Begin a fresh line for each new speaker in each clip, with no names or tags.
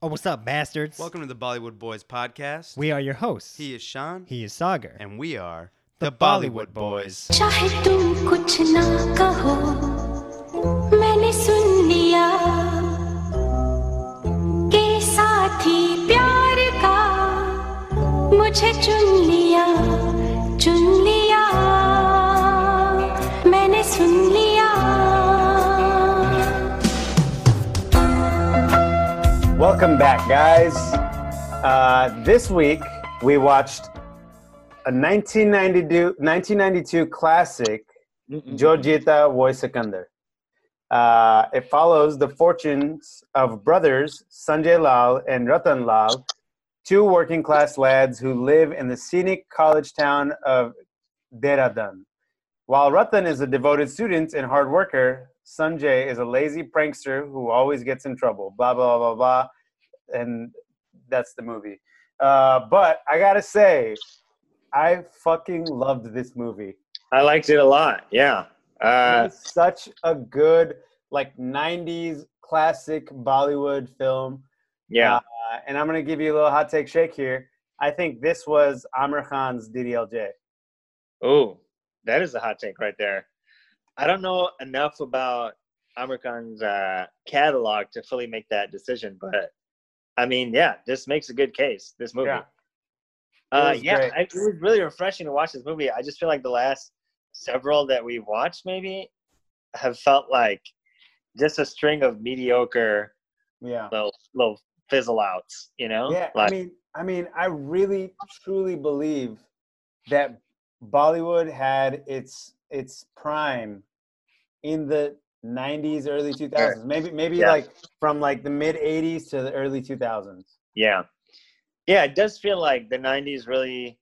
Oh, what's up, bastards?
Welcome to the Bollywood Boys podcast.
We are your hosts.
he is Sean,
He is Sagar.
and we are
The
the,
Bollywood
Bollywood, Boys.
चाहे तुम कुछ ना कहो मैंने सुन लिया के साथी प्यार का मुझे चुन लिया चुन लिया मैंने सुन लिया
Welcome back, guys. Uh, this week we watched a 1992, 1992 classic, Georgita Voisekandar. Uh, it follows the fortunes of brothers Sanjay Lal and Ratan Lal, two working class lads who live in the scenic college town of Dehradun. While Ratan is a devoted student and hard worker, Sanjay is a lazy prankster who always gets in trouble. Blah, blah, blah, blah, blah and that's the movie. Uh, but I gotta say, I fucking loved this movie.
I liked it a lot. Yeah. Uh,
It's such a good like '90s classic Bollywood film.
yeah.
Uh, and I'm gonna give you a little hot take shake here. I think this was Amir Khan's DDLJ.
Oh, that is a hot take right there. I don't know enough about Amir Khan's uh, catalog to fully make that decision, but I mean, yeah, this makes a good case. This movie.
Yeah. It
Uh,
was
yeah,
great.
I, it was really refreshing to watch this movie. I just feel like the last several that we watched maybe have felt like just a string of mediocre
Yeah.
little, little fizzle outs, you know?
Yeah,
like,
I mean, I mean, I really truly believe that Bollywood had its its prime in the '90s, early 2000s. Maybe, maybe
Yeah.
like from like the mid '80s to the early 2000s.
Yeah. Yeah, it does feel like the 90s really,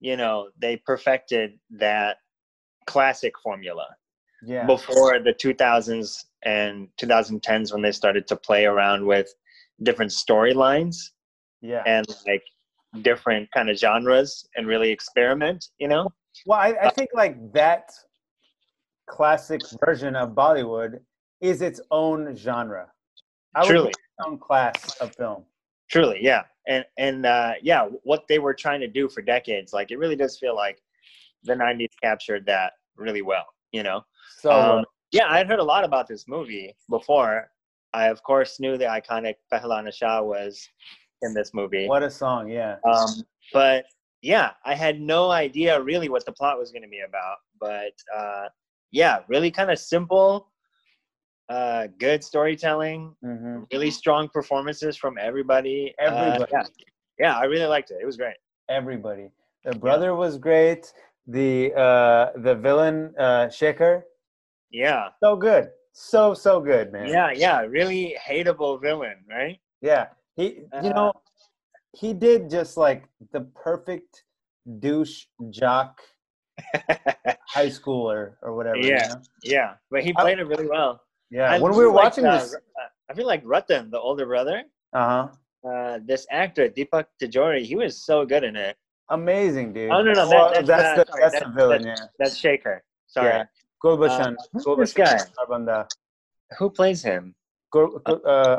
you know, they perfected that classic formula
Yeah,
before the 2000s and 2010s when they started to play around with different storylines
yeah.
and like different kind of genres and really experiment, you know?
Well, I,
uh
I think like that classic version of Bollywood is its own genre. I would
Truly.
call it its own class of film.
Truly, yeah, and and uh, yeah, what they were trying to do for decades, like it really does feel like the '90s captured that really well, you know.
So uh,
Um, yeah, I had heard a lot about this movie before. I of course knew the iconic Pehlana Shah was in this movie,
what a song! Yeah,
um, but yeah, I had no idea really what the plot was going to be about. But uh, yeah, really kind of simple, uh, good storytelling,
hmm
really strong performances from everybody. Uh,
everybody.
yeah. Yeah, I really liked it. It was great.
everybody. The brother was great. The uh, the villain uh, Shaker,
Yeah.
so good, so so good, man.
Yeah, yeah. Really hateable villain, right?
yeah. He, you know,
Uh-huh.
he did just like the perfect douche jock high schooler or whatever. you
Yeah.
know?
yeah. But he
I-
played it really well.
yeah.
I
when
do
we were
like,
watching
uh,
this,
Ru- I feel like Ratan, the older brother,
uh huh,
uh, this actor, Deepak Tajori, he was so good in it.
amazing dude.
Oh, no, no, that-
Well,
that's
that's,
not-
the
sorry,
that's
that-
the villain.
That's Shaker. Sorry.
Yeah. yeah, Gurbachan.
who's this guy?
Sarbanda.
Who plays him?
Gur- Gur- uh,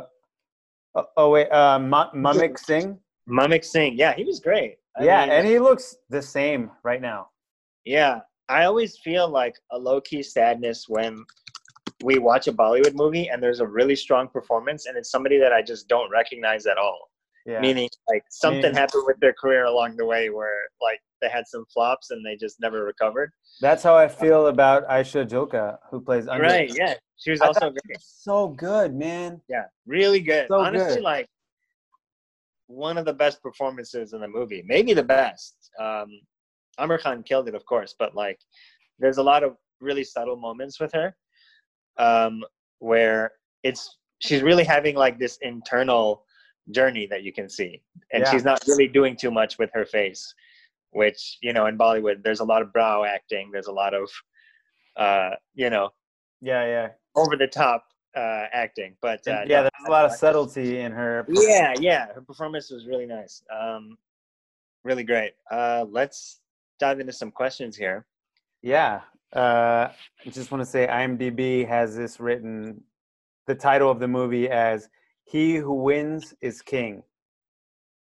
oh, oh wait, uh, Ma- Mamik Singh.
Mamik Singh. Yeah, he was great. I
yeah,
mean,
and he looks the same right now.
yeah. I always feel like a low key sadness when we watch a Bollywood movie and there's a really strong performance and it's somebody that I just don't recognize at all.
Yeah.
Meaning, like, something
Meaning-
happened with their career along the way where, like, they had some flops and they just never recovered.
That's how I feel about Aisha Joka, who plays Anjali.
Right. Yeah. She was
I
also
thought
great.
she was so good, man.
Yeah, really good.
So
Honestly,
good.
like one of the best performances in the movie, maybe the best. Um, Amir Khan killed it, of course, but like there's a lot of really subtle moments with her um, where it's she's really having like this internal journey that you can see, and
Yeah.
she's not really doing too much with her face, which you know in Bollywood there's a lot of brow acting, there's a lot of uh, you know
Yeah, yeah.
over the top uh, acting, but uh,
And yeah,
no,
there's a lot of
I-
subtlety in her.
yeah, yeah. Her performance was really nice. Um, really great. Uh, let's dive into some questions here.
Yeah. Uh, I just want to say IMDb has this written, the title of the movie as He who wins is king.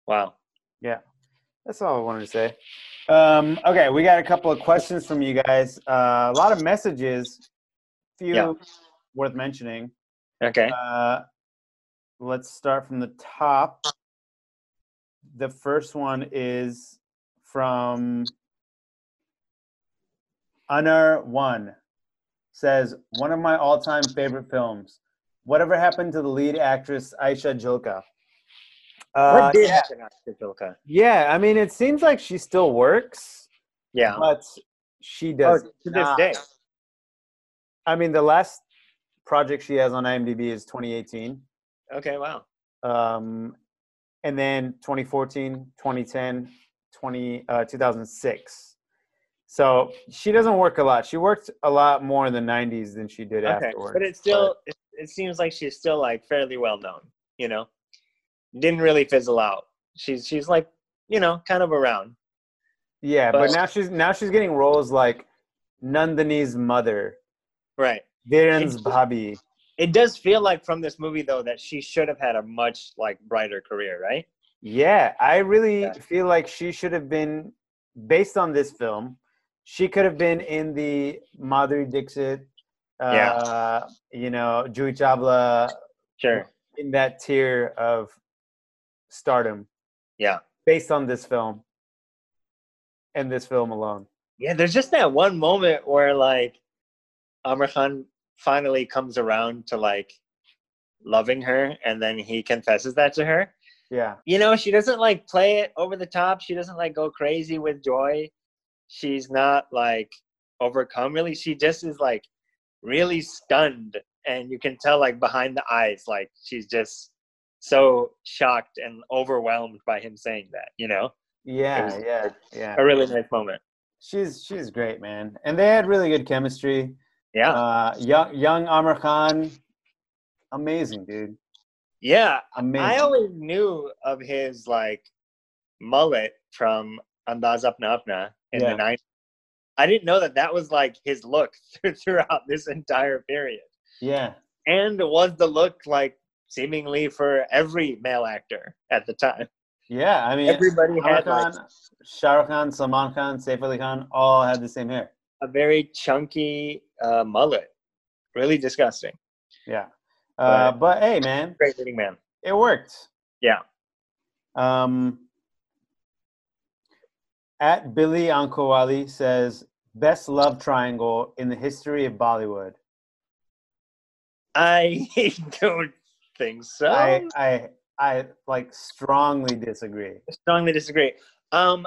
Wow.
That's all I wanted to say. Um, okay, we got a couple of questions from you guys. Uh, a lot of messages, few
Yeah.
worth mentioning.
Okay.
Uh, let's start from the top. The first one is from Honor One. Says one of my all-time favorite films. Whatever happened to the lead actress Aisha Joka? Uh,
what did
yeah,
happen after Joker?
yeah, I mean, it seems like she still works,
Yeah.
but she
Oh,
does.
to this
not.
day.
I mean, the last project she has on IMDb is 2018.
Okay. Wow.
um, and then 2014 2010 20 uh, 2006 so she doesn't work a lot she worked a lot more in the 90s than she did
okay.
afterwards
But it's still. It, it seems like she's still like fairly well known. You know, didn't really fizzle out. She's she's like you know kind of around.
yeah but,
but-
now she's now she's getting roles like nandini's mother
Right.
Viren's bobby
It does feel like from this movie though that she should have had a much like brighter career, right?
yeah i really
Yeah.
feel like she should have been based on this film she could have been in the madhuri dixit uh, you know Jui Chabla
Sure.
in that tier of stardom
Yeah.
based on this film and this film alone.
Yeah, there's just that one moment where like Amr Khan finally comes around to like loving her and then he confesses that to her.
Yeah.
You know, she doesn't like play it over the top. She doesn't like go crazy with joy. She's not like overcome really. She just is like really stunned and you can tell like behind the eyes like she's just so shocked and overwhelmed by him saying that, you know?
Yeah,
was-
yeah, yeah.
A really nice moment.
She's she's great, man. And they had really good chemistry.
Yeah.
Uh young young Amr Khan amazing, dude.
Yeah,
Amazing.
I always knew of his like mullet from Andaz Apna Apna in
Yeah.
the 90s. I didn't know that that was like his look throughout this entire period.
yeah.
And was the look like seemingly for every male actor at the time.
Yeah, Oh I mean
Everybody
Amr
had
Khan,
like,
Shah Rukh Khan, Salman Khan, Saif Ali Khan all had the same hair.
a very chunky uh, mullet. Really disgusting.
Yeah.
Right.
Uh, but hey man,
Great looking man.
it worked.
Yeah.
Um, at Billy Ankawali says, best love triangle in the history of Bollywood.
I don't think so.
I, I, I like strongly disagree.
strongly disagree. Um,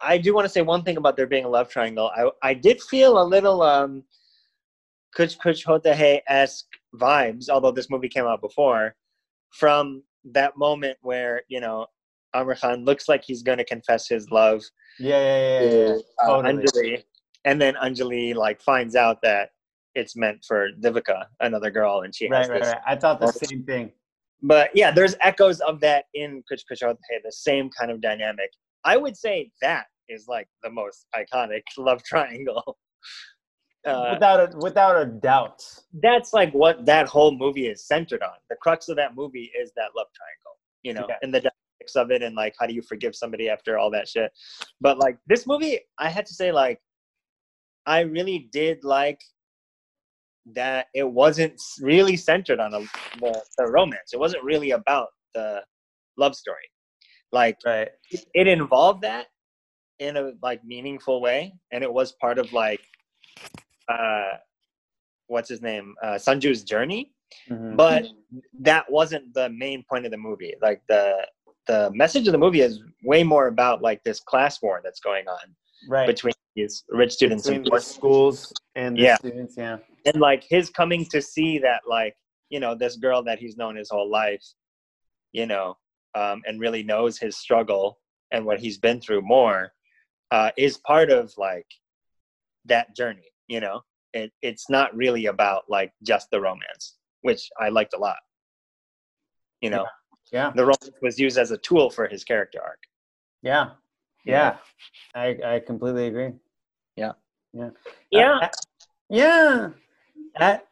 I do want to say one thing about there being a love triangle. I I did feel a little um, Kuch Kuch Hota Hai esque vibes, although this movie came out before, from that moment where you know Amr Khan looks like he's going to confess his love
Yeah, yeah, yeah, yeah, yeah.
to uh,
Totally.
Anjali, and then Anjali like finds out that it's meant for Divika, another girl, and she
Right,
has
right,
this
right. I thought the same thing.
but yeah, there's echoes of that in Kuch Kuch Hote, the same kind of dynamic. I would say that is like the most iconic love triangle. Uh,
Without a, without a doubt.
that's like what that whole movie is centered on. The crux of that movie is that love triangle, you know,
Yeah.
and the dynamics of it, and like how do you forgive somebody after all that shit. But like this movie, I had to say, like, I really did like that it wasn't s- really centered on a, the, the romance. It wasn't really about the love story. Like
Right.
it involved that in a like meaningful way, and it was part of like uh, what's his name uh, Sanju's journey.
Mhm.
But that wasn't the main point of the movie. Like the the message of the movie is way more about like this class war that's going on
right.
between these rich students
Between
and
the
poor
schools and the
Yeah.
students, yeah.
and like his coming to see that like you know this girl that he's known his whole life you know um, and really knows his struggle and what he's been through more uh, is part of like that journey you know it, it's not really about like just the romance which i liked a lot you know
Yeah.
the romance was used as a tool for his character arc
Yeah. Yeah.
Yeah.
I, I completely agree.
Yeah.
Yeah. Uh, yeah. At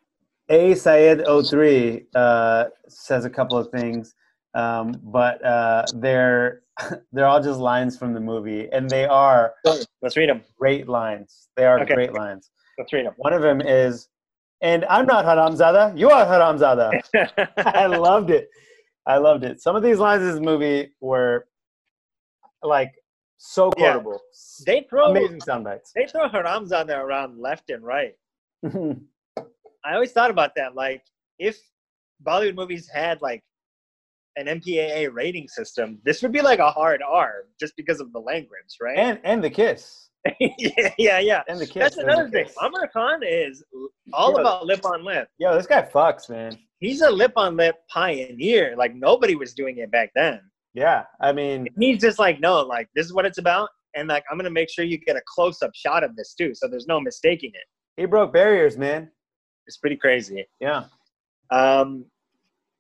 A Syed03 uh, says a couple of things, um, but uh, they're they're all just lines from the movie, and they are
Let's read them.
great lines. They are
Okay.
great lines.
Let's read them.
One of them is, "And I'm not Haramzada. You are Haramzada." I loved it. I loved it. Some of these lines in this movie were like so
Yeah.
quotable.
they throw
Amazing sound bites.
they throw Haramzada around left and right. I always thought about that. Like, if Bollywood movies had like an MPAA rating system, this would be like a hard R just because of the language, right?
and and the kiss.
yeah, yeah, yeah.
And the kiss.
That's
and
another
the
thing.
kiss.
Amir Khan is all
Yeah.
about lip on lip.
Yo, this guy fucks, man.
He's a lip on lip pioneer. Like nobody was doing it back then.
Yeah, I mean,
He's just like, no, like this is what it's about, and like I'm gonna make sure you get a close up shot of this too, so there's no mistaking it.
he broke barriers, man.
It's pretty crazy.
Yeah.
Um,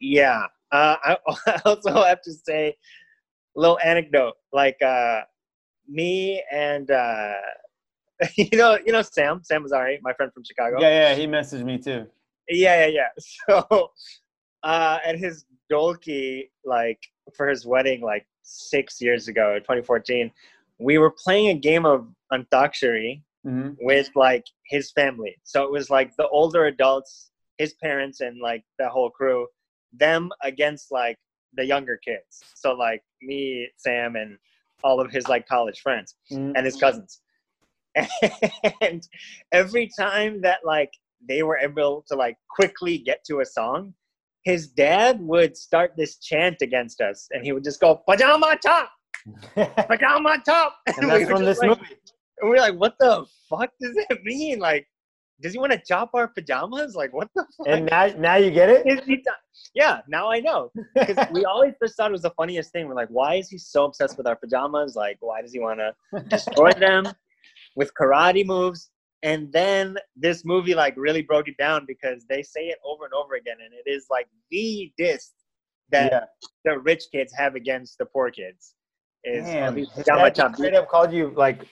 yeah. Uh, I I also have to say a little anecdote. Like uh, me and uh, you know, you know Sam, Sam Azari, my friend from Chicago.
Yeah, yeah, he messaged me too.
yeah, yeah. yeah. So uh, at his dolki, like for his wedding, like six years ago, 2014, we were playing a game of Antakshari
hmm
with like his family. So it was like the older adults, his parents, and like the whole crew, them against like the younger kids. So like me, Sam, and all of his like college friends
Mm-hmm.
and his cousins. And every time that like they were able to like quickly get to a song, his dad would start this chant against us, and he would just go pajama top,
and
pajama top. we
that's
were
from
just
this
like-
movie.
and we're like, what the fuck does that mean? Like, does he want to chop our pajamas? Like, what the fuck?
And now, now you get it.
is he do- yeah, now I know. Because we always just thought it was the funniest thing. We're like, why is he so obsessed with our pajamas? Like, why does he want to destroy them with karate moves? And then this movie like really broke it down because they say it over and over again, and it is like the diss that
yeah.
the rich kids have against the poor kids. Is all
Damn.
these
His
pajama
dad just
chop-
straight up called you like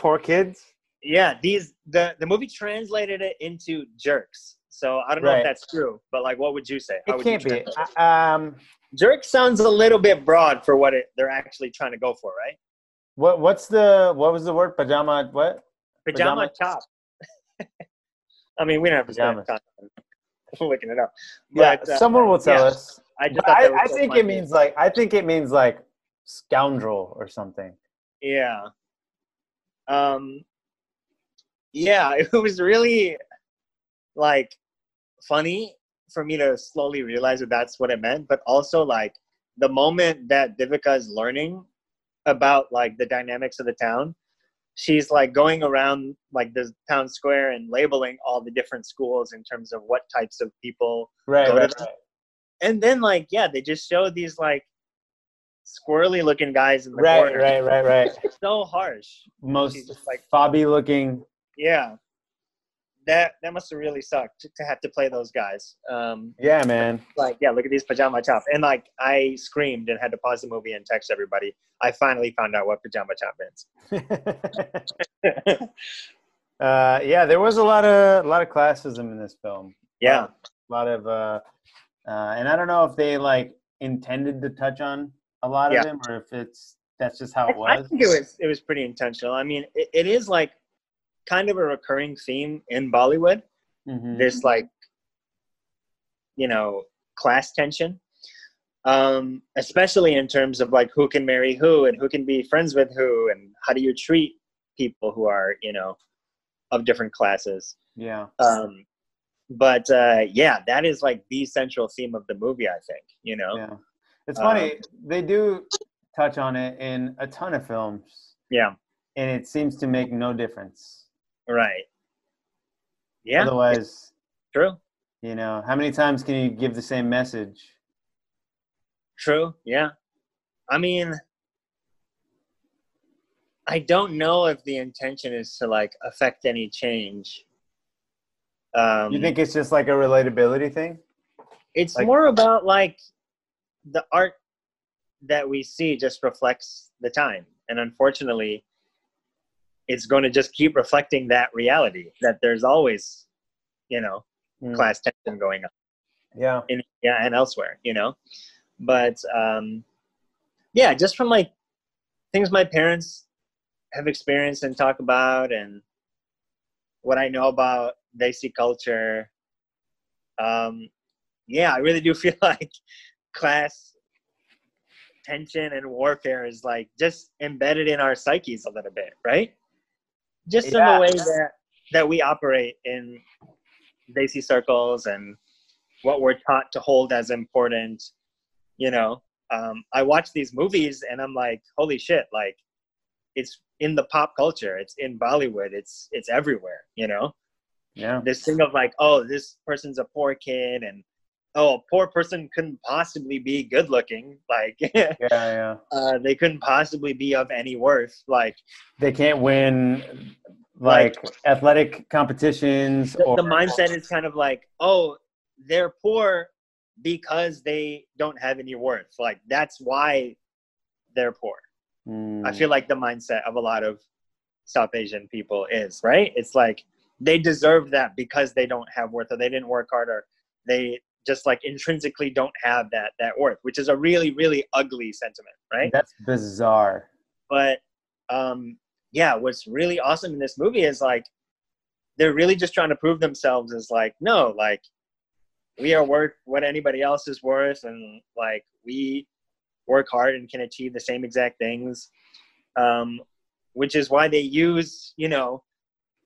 poor kids.
yeah these the the movie translated it into jerks so i don't know
Right.
if that's true but like what would you say How
It
would you
can't be.
translate
I- um,
it? jerk sounds a little bit broad for what it, they're actually trying to go for right
what what's the what was the word pajama? What
pajama,
Pajama-
top i mean we don't have to spend
Pajamas.
time on looking it up
yeah,
But, uh,
someone will tell
yeah,
us.
i, just
But
thought
I,
that was
I
so
think
funny.
it means like I think it means like scoundrel or something.
yeah um yeah it was really like funny for me to slowly realize that that's what it meant but also like the moment that divika is learning about like the dynamics of the town she's like going around like the town square and labeling all the different schools in terms of what types of people
Right.
Go to
right,
the- and then like yeah they just show these like squirrely looking guys in the
right, right,
corner
right, right, right.
so harsh She's
Most
just like-
fobby looking.
yeah that that must have really sucked to, to have to play those guys um
Yeah, man.
like yeah look at these pajama top and like i screamed and had to pause the movie and text everybody i finally found out what pajama top is
uh, yeah, there was a lot of a lot of classism in this film.
yeah
A lot of, uh, uh, and I don't know if they like intended to touch on a lot
Yeah.
of them or if it's that's just how
I,
it Oh, was.
I think it was it was pretty intentional i mean it, it is like kind of a recurring theme in bollywood
Mhm.
this like you know class tension um especially in terms of like who can marry who and who can be friends with who and how do you treat people who are you know of different classes
Yeah.
um but uh yeah that is like the central theme of the movie i think you know
Yeah. It's
Um,
funny, they do touch on it in a ton of films,
yeah,
and it seems to make no difference.
right yeah
Otherwise,
true
you know, how many times can you give the same message?
True. Yeah. I mean, I don't know if the intention is to like affect any change. Um,
you think it's just like a relatability thing?
it's
like-
more about like the art that we see just reflects the time, and unfortunately, it's going to just keep reflecting that reality that there's always, you know,
Mm.
class tension going on
Yeah.
in yeah and elsewhere, you know. But um, yeah, just from like things my parents have experienced and talk about, and what I know about Desi culture. Um, yeah, I really do feel like class tension and warfare is like just embedded in our psyches a little bit, right? Just in
Yeah.
the way that that we operate in Desi circles and what we're taught to hold as important, you know. Um, I watch these movies and I'm like, holy shit, like it's in the pop culture, it's in Bollywood, it's it's everywhere, you know
Yeah.
this thing of like, oh, this person's a poor kid, and oh, a poor person couldn't possibly be good looking. Like,
Yeah. Yeah.
uh, they couldn't possibly be of any worth. Like,
They can't win like athletic competitions
the,
or
the mindset is kind of like, oh, they're poor because they don't have any worth. Like, that's why they're poor.
Mm.
I feel like the mindset of a lot of South Asian people is right. It's like they deserve that because they don't have worth, or they didn't work hard, or they just like intrinsically don't have that that worth, which is a really really ugly sentiment, right?
that's bizarre.
But um, yeah, what's really awesome in this movie is like they're really just trying to prove themselves as like no, like we are worth what anybody else is worth, and like we work hard and can achieve the same exact things, um, which is why they use you know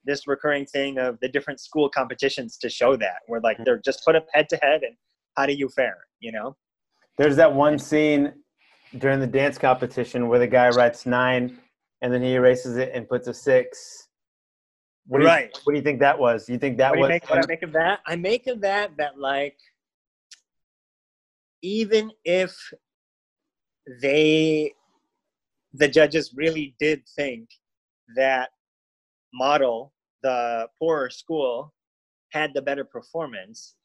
this recurring thing of the different school competitions to show that where like they're just put up head to head and how do you fare, you know?
There's that one scene during the dance competition where the guy writes nine and then he erases it and puts a six. What do you,
Right.
What do you think that was? You think that
what do you
was
make, what I make of that? I make of that that like even if they the judges really did think that model the poorer school had the better performance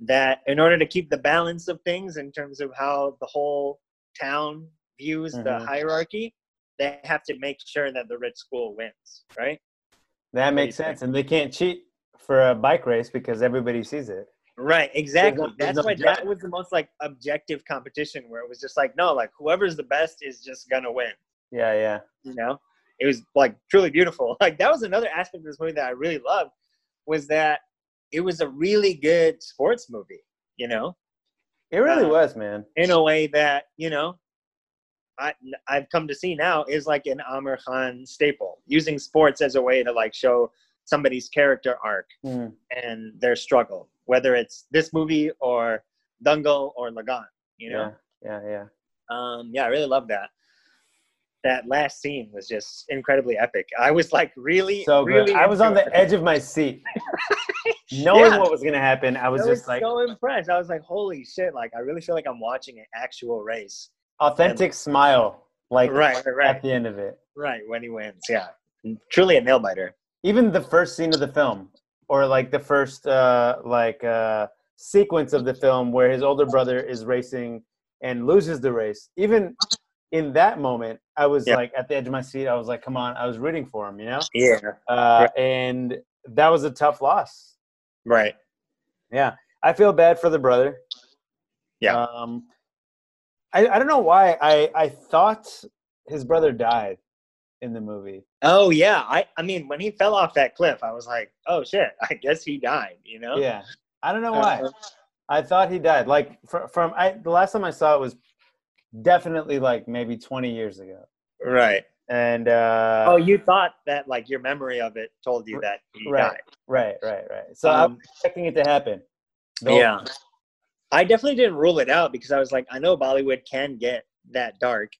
that in order to keep the balance of things in terms of how the whole town views
Mhm.
the hierarchy they have to make sure that the rich school wins right
that
do you
makes
think?
sense? And they can't cheat for a bike race because everybody sees it.
Right, exactly.
there's
That's
no
why
judge.
that was the most like objective competition where it was just like, no, like whoever's the best is just gonna win.
Yeah, yeah.
You know? It was like truly beautiful. Like that was another aspect of this movie that I really loved was that it was a really good sports movie, you know,
It really
Uh,
was, man.
in a way that, you know, I I've come to see now is like an Amir Khan staple. Using sports as a way to like show somebody's character arc
Mm.
and their struggle, whether it's this movie or Dungle or Lagan. You know,
Yeah, yeah, yeah.
yeah. Um, yeah, I really love that. That last scene was just incredibly epic. I was like, really,
So good.
really
I was
into
on the
it.
edge of my seat, knowing
Yeah.
what was gonna happen. I
I
was
was
just like
so impressed. I was like, holy shit! Like, I really feel like I'm watching an actual race.
authentic smile, like
right, right,
at
right,
the end of it.
right. When he wins, yeah, truly a nail biter.
Even the first scene of the film, or like the first uh, like uh, sequence of the film where his older brother is racing and loses the race. Even in that moment, I was
Yeah.
like at the edge of my seat. I was like, "Come on!" I was rooting for him, you know.
Yeah,
Uh, and that was a tough loss.
right.
Yeah, I feel bad for the brother.
Yeah.
Um, I I don't know why I I thought his brother died in the movie.
Oh yeah, I I mean, when he fell off that cliff, I was like, oh shit, I guess he died. You know?
Yeah, I don't know
Uh,
why. I thought he died. Like from, from I the last time I saw it was definitely like maybe 20 years ago.
Right.
And uh,
Oh, you thought that like your memory of it told you
R-
that he
right,
died.
right, right, right. So I was
Um,
expecting it to happen. The-
yeah. I definitely didn't rule it out because I was like, I know Bollywood can get that dark.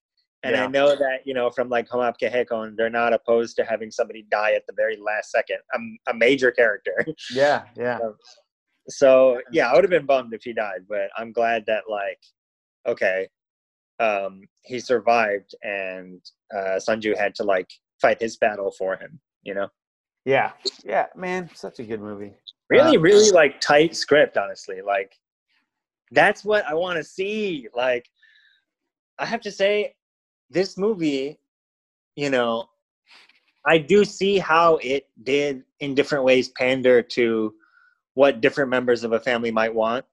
And
Yeah.
I know that, you know, from like Homap Kehekon, they're not opposed to having somebody die at the very last second. I'm a major character.
yeah, yeah,
So yeah, I would have been bummed if he died, but I'm glad that like, okay, um, he survived and uh, Sanju had to like fight his battle for him, you know?
yeah, yeah. Man, such a good movie.
really
Uh,
really like tight script honestly like that's what i want to see like i have to say this movie you know i do see how it did in different ways pander to what different members of a family might want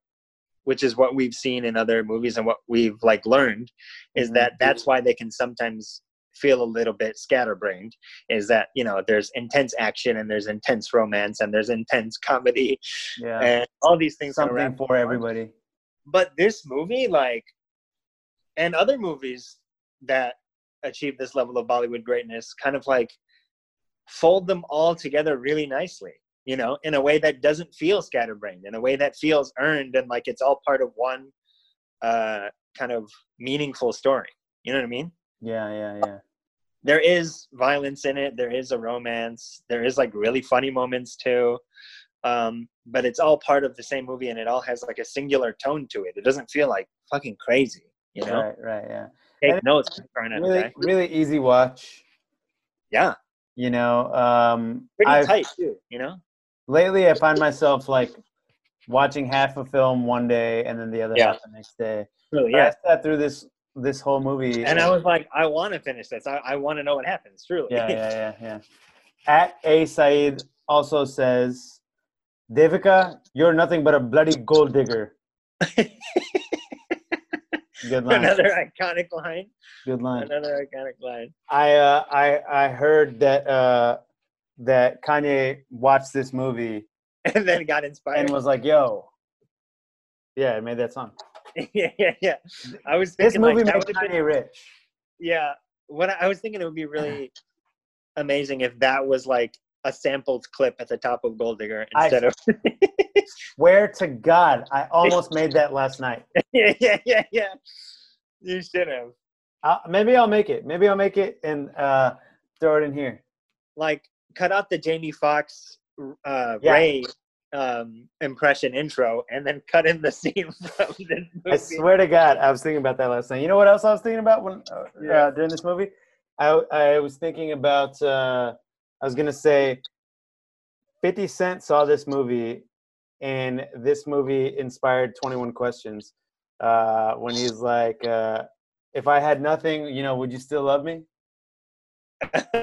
which is what we've seen in other movies and what we've like learned is that that's why they can sometimes feel a little bit scatterbrained is that you know there's intense action and there's intense romance and there's intense comedy
Yeah.
and all these things kinda wrap
Something for
up.
everybody.
but this movie like and other movies that achieve this level of bollywood greatness kind of like fold them all together really nicely you know in a way that doesn't feel scatterbrained in a way that feels earned and like it's all part of one uh kind of meaningful story you know what i mean
Yeah, yeah, yeah.
there is violence in it there is a romance there is like really funny moments too um but it's all part of the same movie and it all has like a singular tone to it it doesn't feel like fucking crazy you know
Right, right, yeah.
take
And-
notes Karan and
Really,
Jai.
really easy watch.
yeah
You know, um,
pretty
I've-
tight too you know
lately I find myself like watching half a film one day and then the other
Yeah.
half the next day.
really
Yeah.
yeah
I sat through this this whole movie.
and i was like i want to finish this i, I want to know what happens truly
yeah, yeah, yeah, yeah. At A Saeed also says, Devika, you're nothing but a bloody gold digger. good line.
another iconic line
good line.
another iconic line
I uh, I I heard that uh, that Kanye watched this movie
and then got
and
inspired
was like, "Yo, yeah, I made that song."
yeah yeah yeah i was
This
thinking
movie
like, that
made
would've been-
Kanye rich.
yeah what I, I was thinking it would be really amazing if that was like a sampled clip at the top of gold digger
I-
instead of
Swear to God, I almost made that last night.
yeah yeah yeah yeah you should have
Uh, maybe I'll make it. Maybe I'll make it and uh, throw it in here.
like cut out the jamie fox uh
Yeah.
ray um impression intro and then cut in the scene from the
I
movie.
swear to God, I was thinking about that last night. You know what else I was thinking about when uh,
Yeah.
uh, during this movie? I I was thinking about. Uh, I was gonna say, Fifty Cent saw this movie, and this movie inspired Twenty One Questions. Uh, when he's like, uh, "If I had nothing, you know, would you still love me?"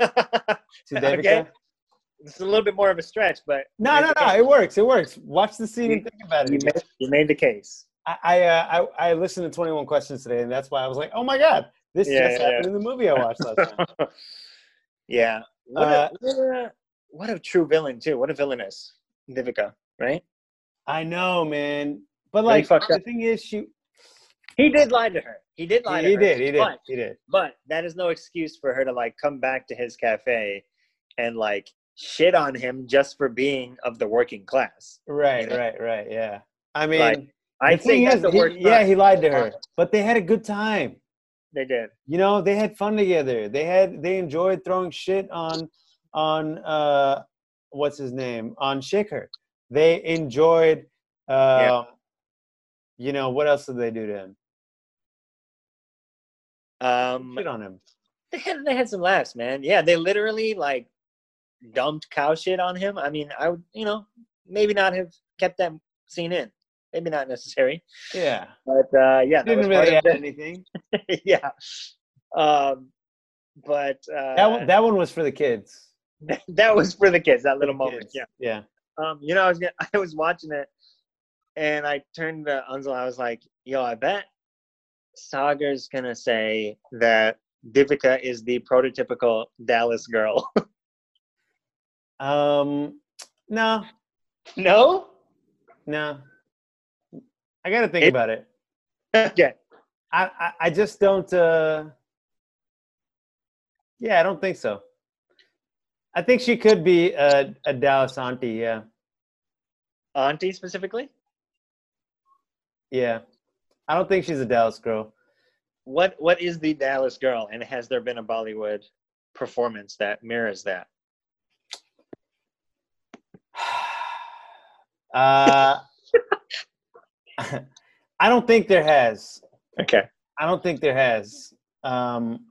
To
Okay.
Devika.
it's a little bit more of a stretch but
No, no, no. It works. It works. Watch the scene and think about
you
it.
made, you made the case
I I, uh, I I listened to 21 Questions today, and that's why I was like, oh my god, this
Yeah,
just
yeah,
happened in the movie I watched last night.
yeah. What, a, what, a, what a true villain too. What a villainess, Vivica. Right?
I know, man. But
Really
like,
fucked
the
up.
thing is, she
He did lie to her. He did lie
he,
to her.
did, he did,
But,
he did.
but that is no excuse for her to like come back to his cafe and like shit on him just for being of the working class.
Right,
Yeah.
right, right. Yeah. I mean,
Like, I
the thing
think that's
is,
the
he-
worst.
yeah,
part.
he lied to her, but they had a good time.
They did.
You know, they had fun together. They had they enjoyed throwing shit on on uh what's his name on Shaker. They enjoyed. Uh, You know what else did they do to him?
Um,
Shit on him.
they had they had some laughs, man. Yeah, they literally like dumped cow shit on him. I mean, I would you know maybe not have kept that scene in. Maybe not necessary.
Yeah.
But uh, yeah, that was
didn't
part
really
of
add
it.
anything.
yeah. Um, but uh,
That one, that one was for the kids.
that, was for the kids. That
For the
little moment.
kids.
Yeah.
Yeah.
Um, you know, I was gonna- I was watching it, and I turned to Ansel. I was like, "Yo, I bet Sagar's gonna say that Divika is the prototypical Dallas girl."
Um, no,
no.
no. I gotta think
It-
about it.
Okay.
I, I, I just don't. Uh, yeah, I don't think so. I think she could be a, a Dallas auntie. Yeah,
Auntie specifically.
yeah. I don't think she's a Dallas girl.
What What is the Dallas girl, and has there been a Bollywood performance that mirrors that?
Uh, I don't think there has.
Okay.
I don't think there has. Um,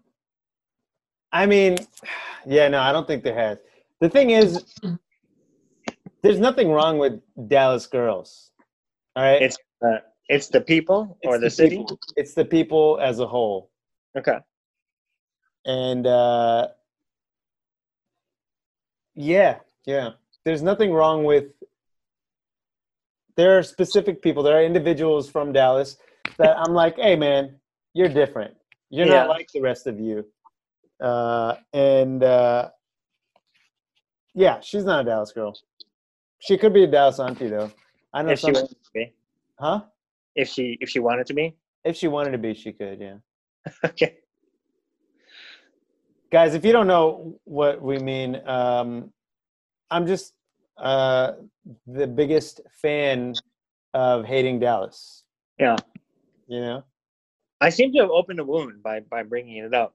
I mean, yeah, no, I don't think there has. The thing is, there's nothing wrong with Dallas girls. All right,
It's It's the people or
It's
the, city.
people- It's the people as a whole,
Okay.
and uh, yeah, yeah. There's nothing wrong with there are specific people, there are individuals from Dallas that I'm like, hey man, you're different. You're
Yeah.
not like the rest of you. Uh, and uh, yeah, she's not a Dallas girl. She could be a Dallas auntie though. I know
if she
some,
wanted to be,
huh?
if she if she wanted to be.
If she wanted to be, she could, yeah.
Okay.
guys if you don't know what we mean um, i'm just uh, the biggest fan of hating dallas
Yeah.
you know
I seem to have opened a wound by by bringing it up.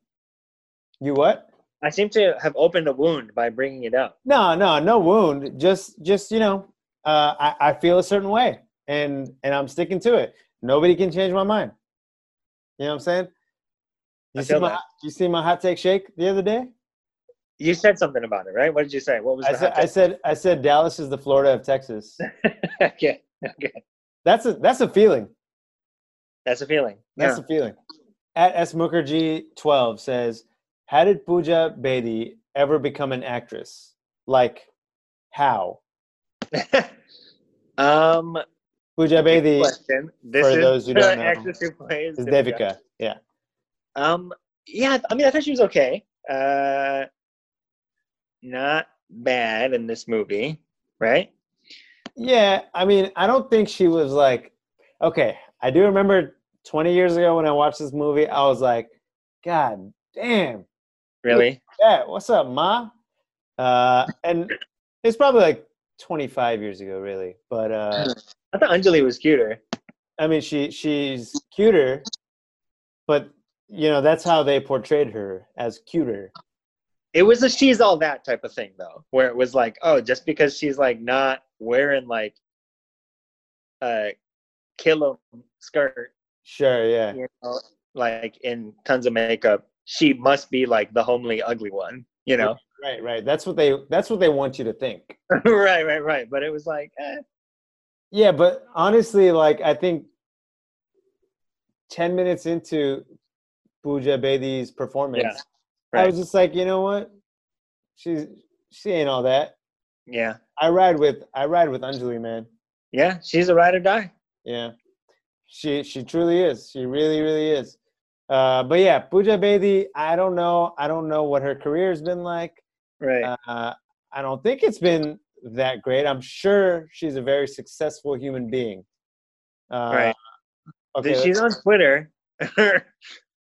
you what
I seem to have opened a wound by bringing it up.
no no no wound just just you know uh, I, I feel a certain way and and i'm sticking to it nobody can change my mind you know what i'm saying you
I
see
feel
my
that.
you see my hot take shake the other day
You said something about it, right? What did you say? What was
I
the
said, I
hot
said i said dallas is the florida of texas
take? okay. Okay.
that's a that's a feeling
That's a feeling.
That's the feeling. At S Mukherjee twelve says, "How did Pooja Bedi ever become an actress? Like, how
Yeah. um
Pooja Bedi
question. This
for
is
those who
the
don't know,
actress who plays
is
Devika.
Devika? Yeah,
Um, yeah, I mean, I thought she was okay. Uh, not bad in this movie, right?
yeah. I mean, I don't think she was like, okay. I do remember twenty years ago when I watched this movie, I was like, God damn,
Really?
that what's up, ma? Uh, and it's probably like twenty five years ago, really, but. uh
I thought Anjali was cuter.
I mean, she she's cuter, but you know that's how they portrayed her as cuter.
It was a she's all that type of thing, though, where it was like, oh, just because she's like not wearing like a kilo skirt,
Sure, yeah,
you know, like in tons of makeup, she must be like the homely, ugly one, you know?
right, right. That's what they that's what they want you to think.
right, right, right. But it was like, eh,
Yeah, but honestly, like I think ten minutes into Pooja Bedi's performance, I
right.
was just like, you know what, she's she ain't all that.
yeah,
I ride with I ride with Anjali, man.
yeah, she's a ride or die.
Yeah, she she truly is. She really really is. Uh, but yeah, Pooja Bedi. I don't know. I don't know what her career has been like.
Right.
Uh, I don't think it's been that great. I'm sure she's a very successful human being. Uh,
Right.
Okay.
Dude, she's
that's-
on Twitter. Her,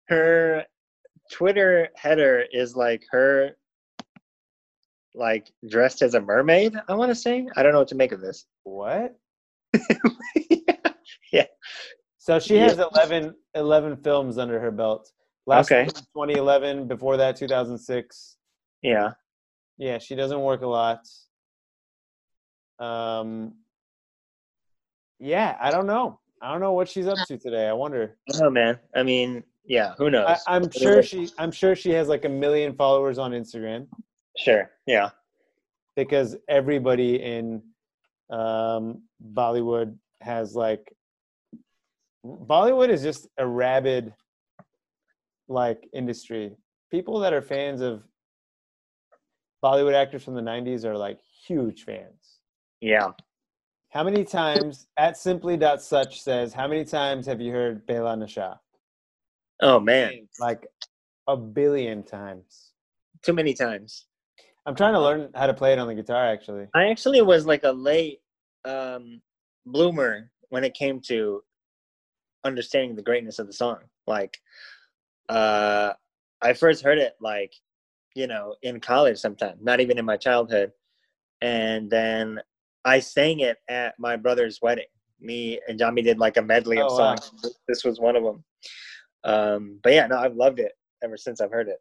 her Twitter header is like her, like dressed as a mermaid. I want to say. I don't know what to make of this.
what?
Yeah.
So she
Yeah.
has 11, 11 films under her belt. Last
Okay.
one was 2011. Before that, 2006.
yeah.
Yeah, she doesn't work a lot. Um, yeah, I don't know. I don't know what she's up to today. I wonder.
Oh man. I mean, yeah. Who knows?
I, I'm sure she. I'm sure she has like a million followers on Instagram
sure. Yeah.
because everybody in um, Bollywood has like. Bollywood is just a rabid, like industry. People that are fans of Bollywood actors from the '90s are like huge fans.
Yeah.
How many times at simply.such says, How many times have you heard Bela Nasha?
Oh man.
Like a billion times.
Too many times.
I'm trying to learn how to play it on the guitar actually.
I actually was like a late um, bloomer when it came to understanding the greatness of the song. Like, uh, I first heard it like, you know, in college sometime, not even in my childhood. And then I sang it at my brother's wedding. Me and Jami did like a medley of
Oh, wow.
songs. This was one of them. Um, but yeah, no, I've loved it ever since I've heard it.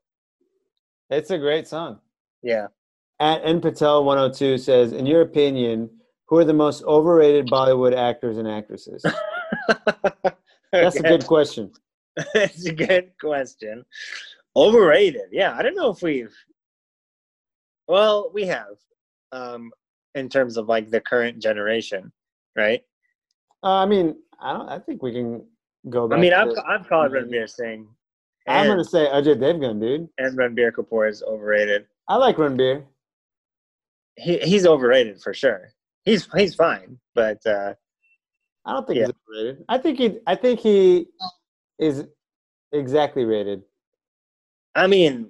It's a great song.
Yeah.
At N Patel 102 says, In your opinion, who are the most overrated Bollywood actors and actresses? That's a
Okay.
good question.
That's a good question. Overrated. Yeah, I don't know if we've. Well, we have, um, in terms of like the current generation, right?
Uh, I mean, I don't I think we can go back.
I mean,
to-
I've I've called
Mhm.
Ranbir Singh,
I'm
and,
gonna say Ajay Devgan, dude.
and Ranbir Kapoor is overrated.
I like Ranbir.
He he's overrated for sure. He's he's fine, but uh,
I don't think
Yeah.
he's overrated. I think he. I think he is exactly rated.
I mean,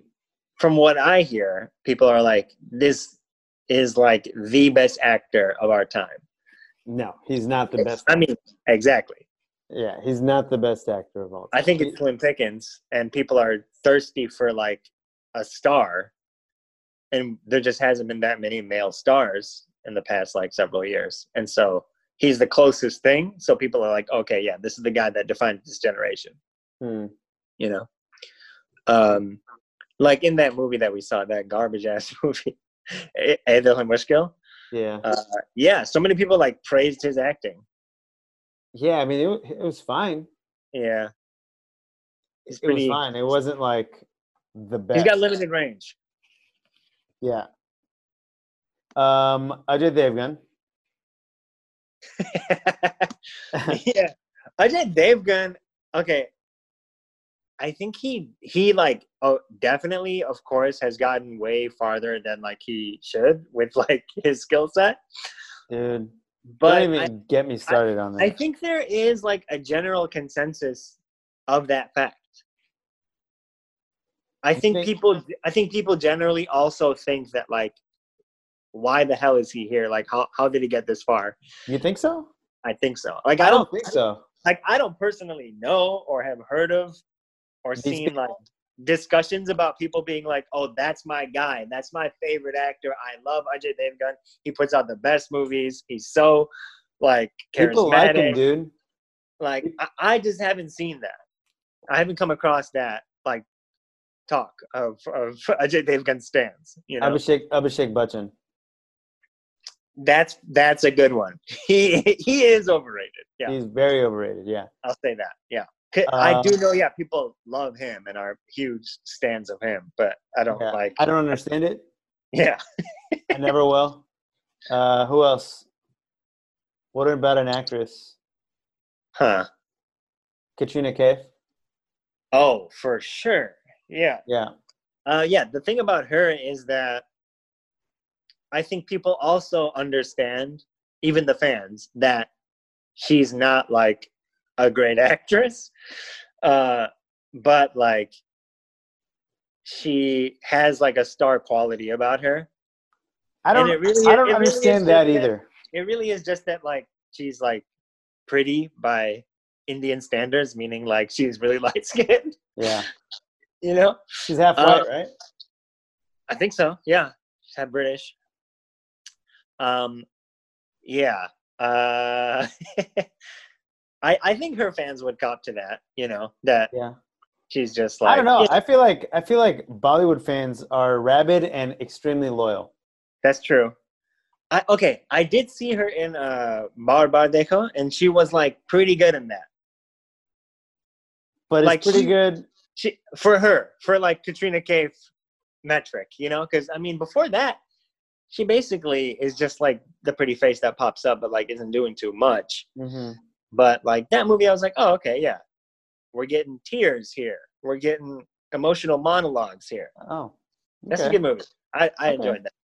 from what I hear, people are like, this is like the best actor of our time.
No, he's not the best.
I mean, exactly.
Yeah, he's not the best actor of all.
I think
time.
it's Slim Pickens, and people are thirsty for like a star, and there just hasn't been that many male stars in the past like several years, and so he's the closest thing. So people are like, okay, yeah, this is the guy that defined this generation,
Hmm.
you know. Um, like in that movie that we saw, that garbage ass movie, Eh, eh, the Mushkill.
Yeah,
Uh, yeah, so many people like praised his acting.
yeah. I mean, it, wa- it was fine.
Yeah, he's
It was
pretty.
fine. It wasn't like the best.
He's got limited range.
Yeah. Um, Ajay Devgan.
yeah, Ajay Devgan. Okay, I think he he like oh definitely of course has gotten way farther than like he should with like his skill set.
Dude,
But
don't even get me started on that.
I, I think there is like a general consensus of that fact. I think
think-
people I think people generally also think that like why the hell is he here? Like how how did he get this far?
you think so?
I think so. Like I don't
think so.
like I don't personally know or have heard of or
These
seen like discussions about people being like, "Oh, that's my guy. That's my favorite actor. I love Ajay Devgan. He puts out the best movies. He's so like charismatic."
People like him, dude.
Like I, I just haven't seen that. I haven't come across that like talk of of Ajay Devgan stands. You know,
Abhishek Abhishek Bachchan.
that's that's a good one. He he is overrated. Yeah,
He's very overrated. Yeah.
I'll say that. Yeah. 'Cause I do
Um,
know, yeah, people love him and are huge stands of him, but I don't
Yeah.
like.
I don't understand it.
yeah,
I never will. Uh, who else? What about an actress?
huh?
Katrina Kaif.
Oh, for sure. Yeah,
Yeah.
uh, yeah. The thing about her is that I think people also understand, even the fans, that she's not like a great actress, uh, but like she has like a star quality about her.
I
And
don't.
it really-
I
it
don't
really
understand
is
that
just
either.
it really is just that like she's like pretty by Indian standards, meaning like she's really light skinned.
Yeah.
You know,
She's half
Uh,
white, right?
I think so. Yeah, she's half British. Um, yeah. Uh, I I think her fans would cop to that. You know that
Yeah.
she's just like
I don't know.
Yeah,
I feel like I feel like Bollywood fans are rabid and extremely loyal.
that's true. I okay. I did see her in uh Bar Bar Deco, and she was like pretty good in that.
But it's
Like,
pretty
she-
good.
she for her for like Katrina Kaif metric, you know, because I mean before that she basically is just like the pretty face that pops up, but like isn't doing too much.
Mm-hmm.
But like that movie, I was like, oh okay, yeah, we're getting tears here, we're getting emotional monologues here.
Oh,
That's
okay.
a good movie. I, I
Okay.
enjoyed that.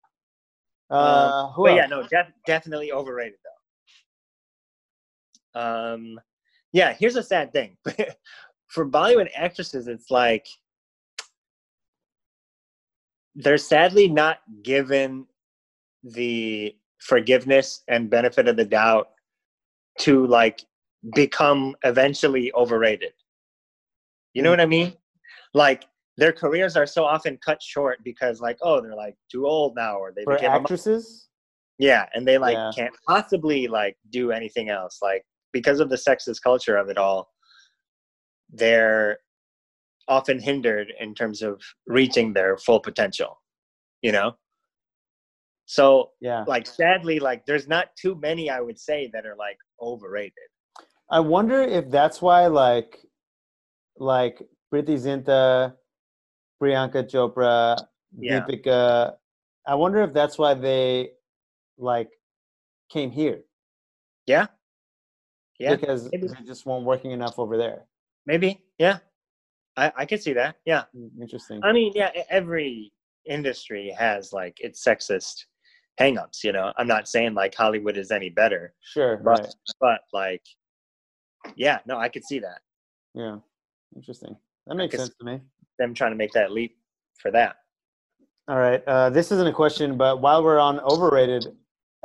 Uh, who
But yeah,
else?
no, def- definitely overrated though. Um, yeah, here's a sad thing for Bollywood actresses. It's like they're sadly not given the forgiveness and benefit of the doubt to like become eventually overrated. You know
Mm.
what I mean? Like their careers are so often cut short because like oh they're like too old now or they
For
became a mo-
actresses,
yeah, and they like
Yeah.
can't possibly like do anything else. Like because of the sexist culture of it all, they're often hindered in terms of reaching their full potential. You know? So
yeah.
like sadly, like there's not too many I would say that are like overrated.
I wonder if that's why, like, like Priti Zinta, Priyanka Chopra,
Yeah.
Deepika. I wonder if that's why they, like, came here
Yeah.
because
maybe.
they just weren't working enough over there.
Maybe. Yeah. I, I could see that. Yeah.
Mm, Interesting.
I mean, yeah, e- every industry has like its sexist hangups, you know. I'm not saying like Hollywood is any better.
sure.
but
Right.
but like yeah, no, I could see that
Yeah. Interesting. That makes
guess-
sense to me.
them trying to make that leap for that.
All right. Uh, this isn't a question, but while we're on overrated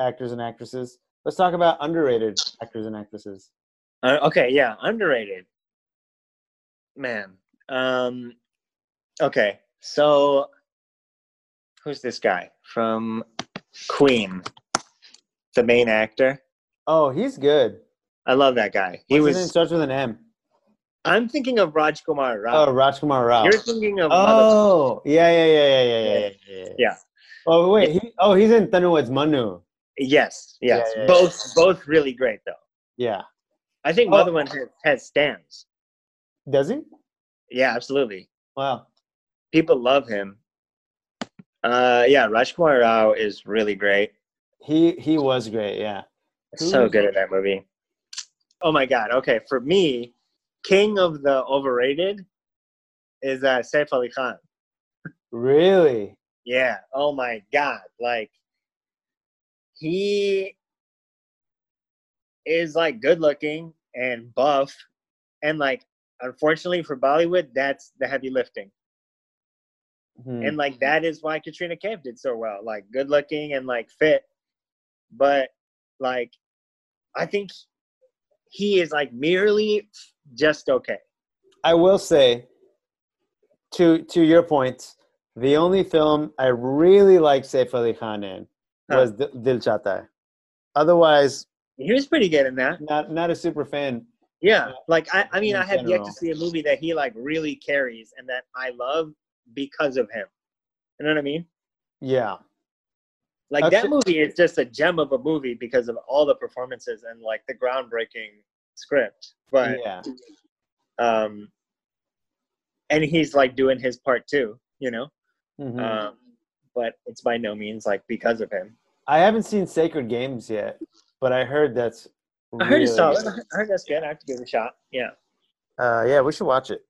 actors and actresses, let's talk about underrated actors and actresses.
Uh, okay, yeah, underrated. Man. Um okay. So who's this guy from Queen? The main actor.
Oh, he's good.
I love that guy. He
What's his name?
was
starts with an M.
I'm thinking of Rajkumar Rao.
Oh, Rajkumar Rao.
Uh, You're thinking of
Oh, yeah, yeah, yeah, yeah, yeah, yeah, yeah, yeah.
Yeah.
Oh wait, he, oh he's in Thanuwad's Manu.
Yes,
Yeah,
yes.
yeah, yeah.
both both really great though.
Yeah.
I think
Oh.
Motherwin has, has stands.
Does he?
Yeah, absolutely.
Wow.
People love him. Uh yeah, Rajkumar Rao is really great.
He he was great. Yeah. Who
so
is-
good at that movie. Oh my god. Okay, for me, king of the overrated is uh, Saif Ali Khan.
Really?
Yeah. Oh my god. Like he is like good looking and buff, and like unfortunately for Bollywood, that's the heavy lifting.
Hmm.
and like that is why Katrina Kaif did so well. Like good looking and like fit, but like I think he is like merely just okay.
I will say, to to your point, the only film I really liked Saif Ali Khan in was D- Dil Chata Hai. Otherwise,
He was pretty good in that.
not not a super fan.
Yeah, like I, I mean,
In
I have yet
general.
to see a movie that he like really carries and that I love because of him. You know what I mean?
Yeah,
Like that
Actu-
movie is just a gem of a movie because of all the performances and like the groundbreaking script. But
yeah,
um and he's like doing his part too you know
mhm.
um but it's by no means like because of him
I haven't seen Sacred Games yet, but I heard that's.
i heard
really
it's solid
good.
i heard that's good i have to give it a shot yeah
Uh, yeah, we should watch it.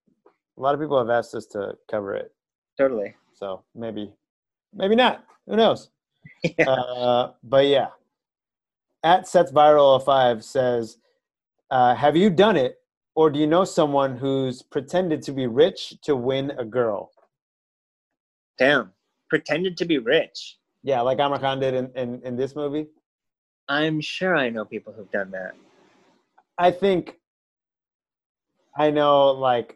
A lot of people have asked us to cover it,
totally
so maybe, maybe not. Who knows?
Yeah.
Uh, but yeah, at Sets Viral 05 says, uh, "Have you done it, or do you know someone who's pretended to be rich to win a girl?"
damn pretended to be rich
Yeah, like Amar Khan did in, in, in this movie.
i'm sure i know people who've done that
I think I know like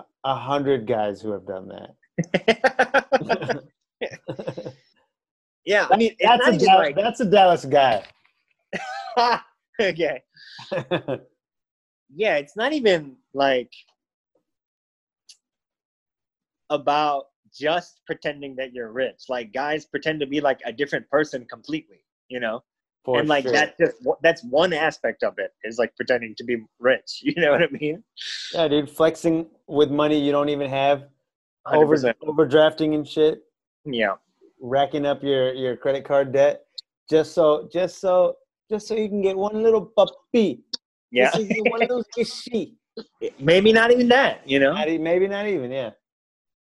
a- a hundred guys who have done that.
yeah i mean it's
that's
not
a
even
Dallas,
like
that's a Dallas guy.
okay yeah, it's not even like about just pretending that you're rich. Like guys pretend to be like a different person completely, you know.
For
and like
sure.
that's just that's one aspect of it is like pretending to be rich. You know what I mean?
yeah, dude, flexing with money you don't even have, over
100%.
overdrafting and shit,
Yeah,
racking up your your credit card debt just so just so just so you can get one little puppy.
yeah.
Just so you can get one little kissy.
Maybe not even that, you know.
Not e- Maybe not even, yeah.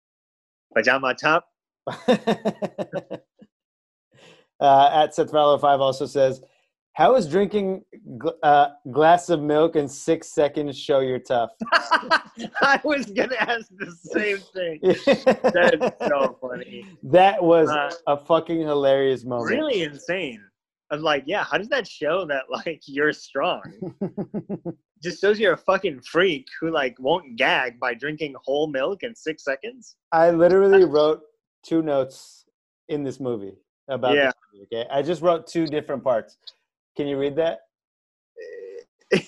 Pajama top.
uh, at Seth Fowler Five also says, "How is drinking gl- uh, glass of milk in six seconds show you're tough?"
I was gonna ask the same thing. That is so funny.
That was
Uh,
a fucking hilarious moment.
really insane. I'm like, yeah, how does that show that like you're strong? Just shows you're a fucking freak who like won't gag by drinking whole milk in six seconds.
I literally wrote two notes in this movie about
Yeah.
this movie, okay, I just wrote two different parts. Can you read that?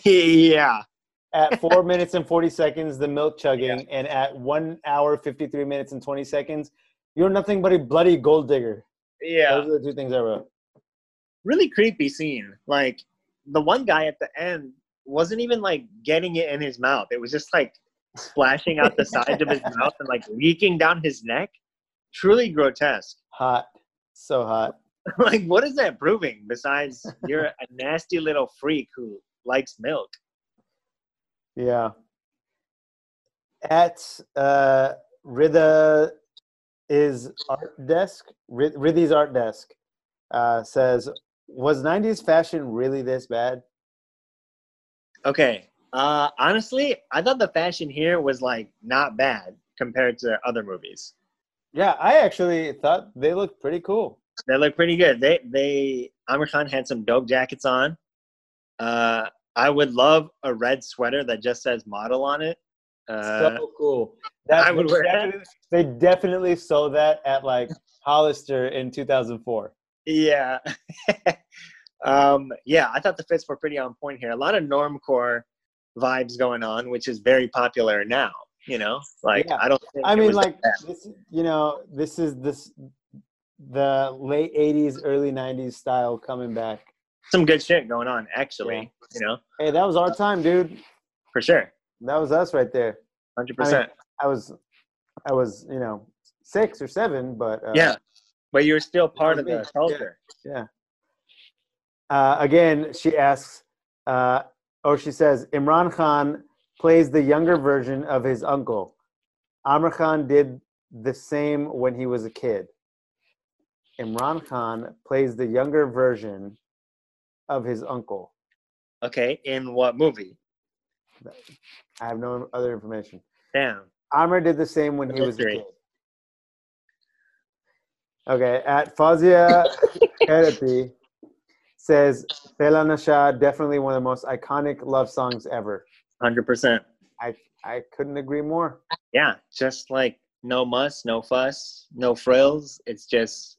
yeah.
At four minutes and forty seconds, the milk chugging, and at one hour fifty-three minutes and twenty seconds, you're nothing but a bloody gold digger.
Yeah.
Those are the two things I wrote.
Really creepy scene. Like the one guy at the end wasn't even like getting it in his mouth. It was just like splashing out the sides of his mouth and like leaking down his neck. Truly grotesque.
Hot. So hot.
like what is that proving besides you're a nasty little freak who likes milk
Yeah. At uh, Ridha is art desk. Rid- Ridhi's art desk uh, says, "Was '90s fashion really this bad?"
Okay. Uh, honestly, I thought the fashion here was like not bad compared to other movies.
Yeah, I actually thought they looked pretty cool.
They look pretty good. They they Amir Khan had some dope jackets on. Uh, I would love a red sweater that just says model on it. Uh,
so cool. That,
I would
they
wear that.
definitely, They definitely sold that at like Hollister in 2004.
Yeah. um, yeah, I thought the fits were pretty on point here. A lot of normcore vibes going on, which is very popular now, you know? Like
Yeah.
I don't think
I
it
mean,
was
like
that
this, you know, this is this the late 80s, early 90s style coming back.
bad. some good shit going on actually, you know?
Hey, that was our time, dude.
For sure.
That was us right there.
100%.
I was, I was, you know, six or seven, but uh,
yeah. But you're still part
was
of
me.
the culture.
Uh, again, she asks, uh, or she says, Imran Khan plays the younger version of his uncle. Amr Khan did the same when he was a kid. Imran Khan plays the younger version of his uncle.
Okay, in what movie?
I have no other information.
Damn.
Amr did the same when he was a
History.
kid. Okay, at Fazia Therapy says, Felana Shah, definitely one of the most iconic love songs ever.
100%.
I couldn't agree more.
Yeah, just like no muss, no fuss, no frills. It's just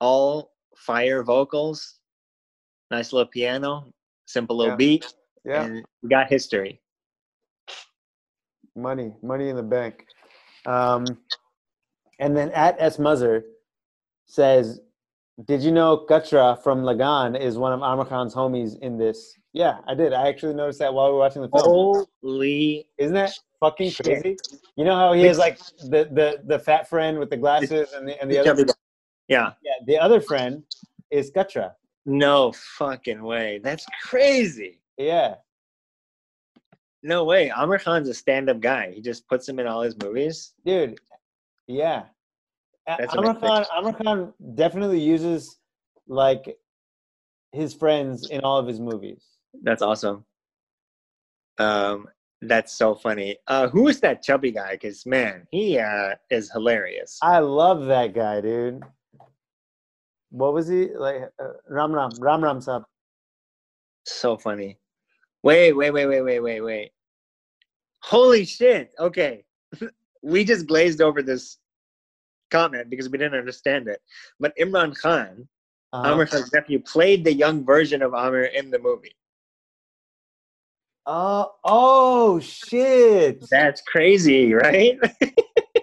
all fire vocals, nice little piano, simple little
Yeah.
beat,
Yeah,
and we got history.
money, money in the bank. Um, and then at S Muzzer says, "Did you know Katra from Lagan is one of Amr Khan's homies in this?" Yeah, I did. I actually noticed that while we were watching the
Oh,
film.
Holy
Isn't that fucking
shit.
crazy? You know how he is like the the the fat friend with the glasses and the and the other
Yeah.
yeah, the other friend is Katra.
No fucking way. That's crazy.
Yeah,
No way. Amir Khan's a stand up guy. He just puts him in all his movies.
dude. Yeah. A-
That's
Amr
amazing.
Khan, Amr Khan definitely uses like his friends in all of his movies.
That's awesome. Um, that's so funny. Uh, who is that chubby guy? Because man, he uh, is hilarious.
I love that guy, dude. What was he like? Uh, Ram Ram Ram Ram Sab.
So funny. Wait, wait, wait, wait, wait, wait, wait. Holy shit. Okay. we just glazed over this comment because we didn't understand it. But Imran Khan,
Uh-huh.
Amir Khan's nephew, played the young version of Amir in the movie.
Uh, oh shit!
That's crazy, right?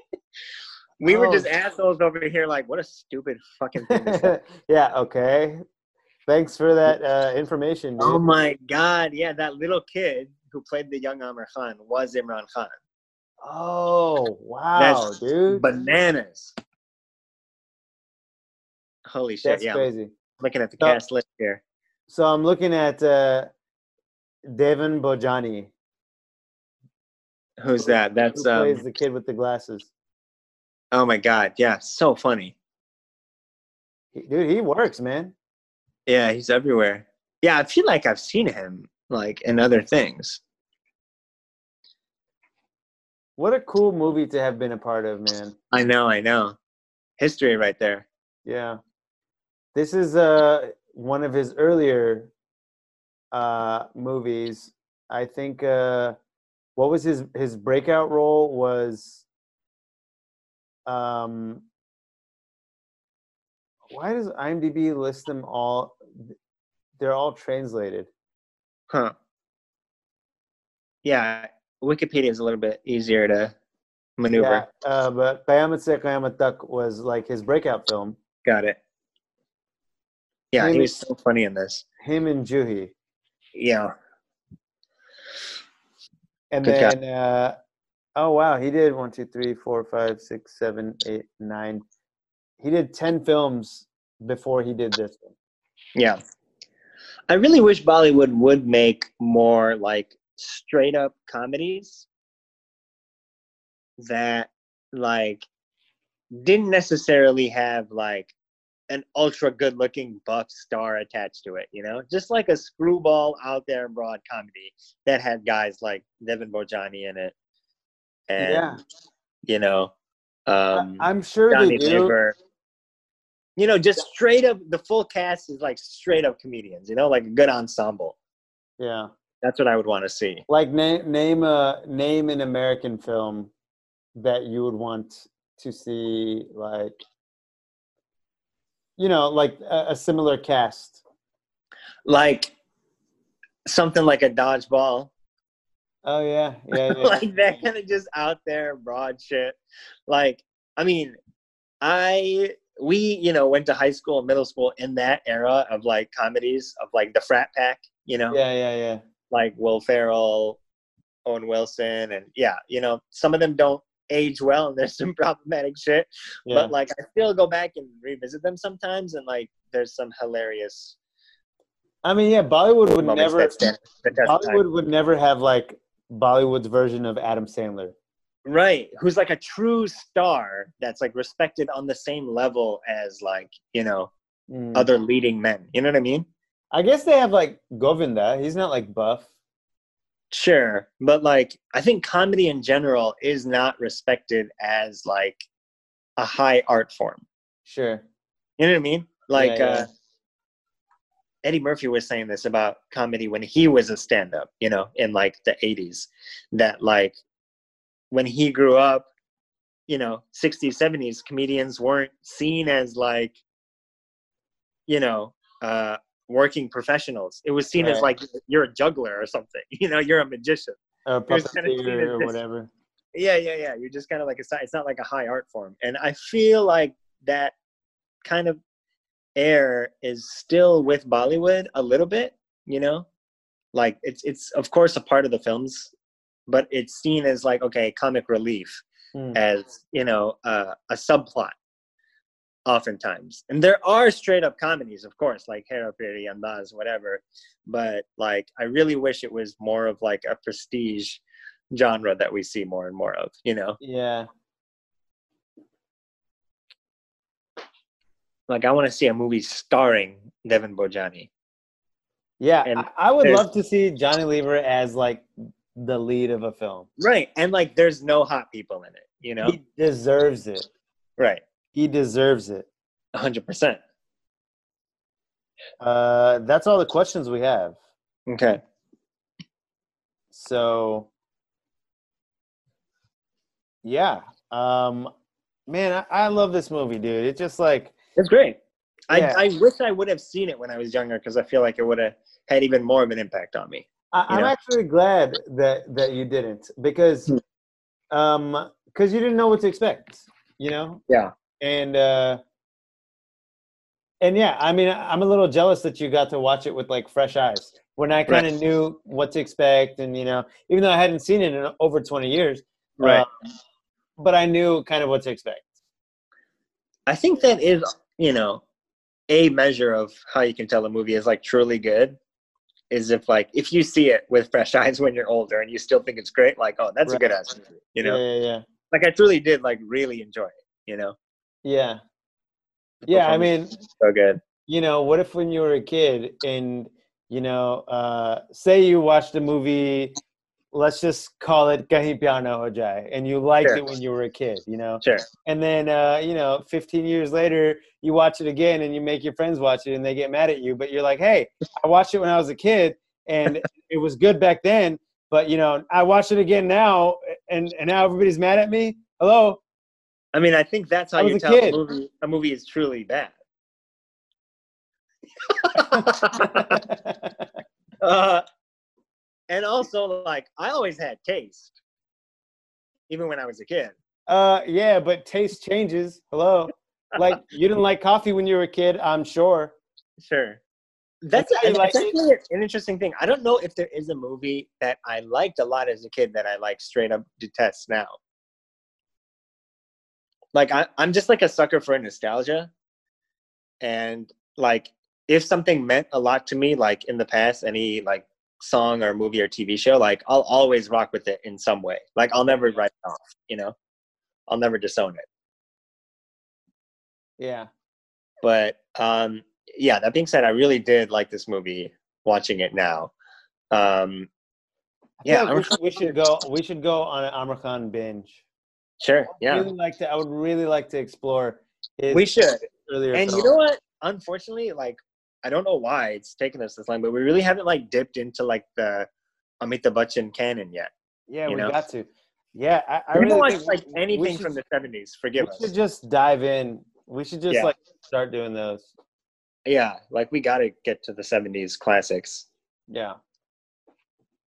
we were
Oh.
just assholes over here, like, what a stupid fucking thing to say.
yeah. Okay. Thanks for that uh, information, dude.
Oh my God! Yeah, that little kid who played the young Amir Khan was Imran Khan.
oh wow,
That's
dude.
Bananas! Holy shit!
That's
yeah, I'm
crazy.
looking at the
So-
cast list here.
So I'm looking at uh, Devin Bojani.
Who's that? That's
who plays
um.
the kid with the glasses.
Oh my God! Yeah, so funny.
He- dude, he works, man.
Yeah, he's everywhere. Yeah, I feel like I've seen him like in other things.
What a cool movie to have been a part of, man.
I know, I know. History right there.
Yeah. This is uh one of his earlier uh movies. I think uh what was his his breakout role was um why does IMDb list them all they're all translated.
Huh. Yeah, Wikipedia is a little bit easier to maneuver.
Yeah, uh, but Qayamat Se Qayamat Tak was like his breakout film.
Got it. Yeah, he
Really?
was so funny in this.
Him and Juhi.
Yeah.
And
Good job.
then, uh, oh wow, he did one, two, three, four, five, six, seven, eight, nine. He did ten films before he did this one.
Yeah. I really wish Bollywood would make more like straight up comedies that like didn't necessarily have like an ultra good looking buff star attached to it, you know, just like a screwball out there in broad comedy that had guys like Devin Bojani in it. And,
Yeah.
you know, um,
I, am sure
Johnny
they do.
Depp. You know, just straight up, the full cast is like straight up comedians, you know, like a good ensemble.
Yeah,
That's what I would want to see.
like name name a name an American film that you would want to see, like you know, like a, a similar cast.
Like something like a dodgeball,
Oh yeah, yeah, yeah.
like that kind of just out there, broad shit. Like, I mean, I, we, you know, went to high school and middle school in that era of like comedies of like the frat pack, you know?
yeah, yeah, yeah.
like Will Ferrell, Owen Wilson, and yeah, you know, some of them don't age well, and there's some problematic shit.
yeah.
But like, I still go back and revisit them sometimes, and like, there's some hilarious
I mean, yeah, Bollywood would
moments
never
that stand the test of time.
Bollywood would never have like Bollywood's version of Adam Sandler.
Right, who's like a true star that's like respected on the same level as like you know
Mm.
other leading men. You know what I mean?
I guess they have like Govinda. He's not like buff.
Sure, but like I think comedy in general is not respected as like a high art form.
Sure.
You know what I mean? Like
yeah.
Uh, Eddie Murphy was saying this about comedy when he was a stand-up, you know, in like the '80s, that like when he grew up, you know, '60s, '70s, comedians weren't seen as like, you know, uh, working professionals. It was seen as like
Right.
you're a juggler or something. You know, you're a magician.
Or
uh, He was kinda
puppeteer
seen as
or
this-
whatever.
Yeah, yeah, yeah. You're just kind of like a. si- It's not like a high art form, and I feel like that kind of air is still with Bollywood a little bit. You know, like it's it's of course a part of the films, but it's seen as like okay, comic relief,
Hmm.
as you know, uh, a subplot. Oftentimes, and there are straight up comedies, of course, like Hera Peri and Baz, whatever. But like, I really wish it was more of like a prestige genre that we see more and more of, you know?
Yeah.
Like I want to see a movie starring Devin Bojani.
Yeah.
And
I, I would
there's-
love to see Johnny Lever as like the lead of a film.
Right. And like there's no hot people in it, you know?
He deserves it.
Right.
He deserves it.
100%.
Uh, that's all the questions we have.
Okay.
So, yeah. Um, man, I, I love this movie, dude. It's just like,
It's great.
Yeah.
I, I wish I would have seen it when I was younger because I feel like it would have had even more of an impact on me.
I,
You
I'm
know?
actually glad that that you didn't because
Hmm.
um because you didn't know what to expect, you know.
Yeah.
And uh and yeah, I mean, I'm a little jealous that you got to watch it with like fresh eyes when I kind of knew what to expect, and you know, even though I hadn't seen it in over 20 years,
Right.
um, but I knew kind of what to expect.
I think that is, you know, a measure of how you can tell a movie is like truly good is if like if you see it with fresh eyes when you're older and you still think it's great, like, oh, that's
Right.
a good ass movie. You know?
Yeah, yeah, yeah.
like I truly did like really enjoy it. You know,
Yeah, yeah I mean,
Performance was so good.
you know, what if when you were a kid and, you know, uh, say you watched a movie, let's just call it Kahin Pyar Na Ho Jaye, and you liked
Sure.
it when you were a kid, you know?
Sure,
And then, uh, you know, 15 years later, you watch it again and you make your friends watch it and they get mad at you, but you're like, hey, I watched it when I was a kid and it was good back then, but, you know, I watch it again now and, and now everybody's mad at me. Hello?
I mean, I think that's
I
how
was
you
a
tell a
kid.
movie a movie is truly bad. uh, and also, like I always had taste, even when I was a kid.
Uh, yeah, but taste changes. Hello, like you didn't like coffee when you were a kid, I'm sure.
Sure. That's,
Everybody
and that's
likes it.
actually an interesting thing. I don't know if there is a movie that I liked a lot as a kid that I like straight up detest now. Like I, I'm just like a sucker for nostalgia, and like if something meant a lot to me, like in the past, any like song or movie or TV show, like I'll always rock with it in some way. Like I'll never write it off. You know, I'll never disown it.
Yeah,
But Um, yeah, that being said, I really did like this movie watching it now. Um, yeah,
Yeah, we
Amr
should, we should go. We should go on an Amr Khan binge.
sure. Yeah,
Really like to, I would really like to explore. His
we should.
earlier
And you
films.
know what? Unfortunately, like I don't know why it's taken us this long, but we really haven't like dipped into like the Amitabh Bachchan canon yet.
Yeah,
you
we
know?
got to. Yeah, I, I
I we
really
haven't watched
think
like
we- we
anything
should-
from the seventies.
We
Forgive us.
should just dive in. We should just
Yeah.
like start doing those.
yeah, like we got to get to the seventies classics.
Yeah.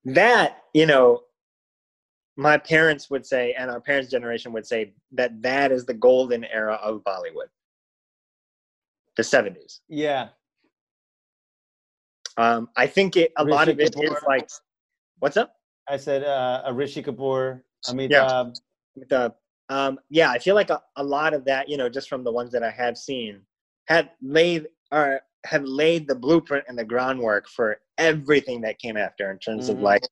That you know, my parents would say, and our parents' generation would say that that is the golden era of Bollywood. The seventies.
Yeah.
Um, I think it, a lot
Rishi
of it is
Kapoor.
like, what's up?
I said uh, a Rishi Kapoor, Amitabh.
the um yeah i feel like a, a lot of that you know just from the ones that i have seen have laid or have laid the blueprint and the groundwork for everything that came after in terms
Mhm.
of like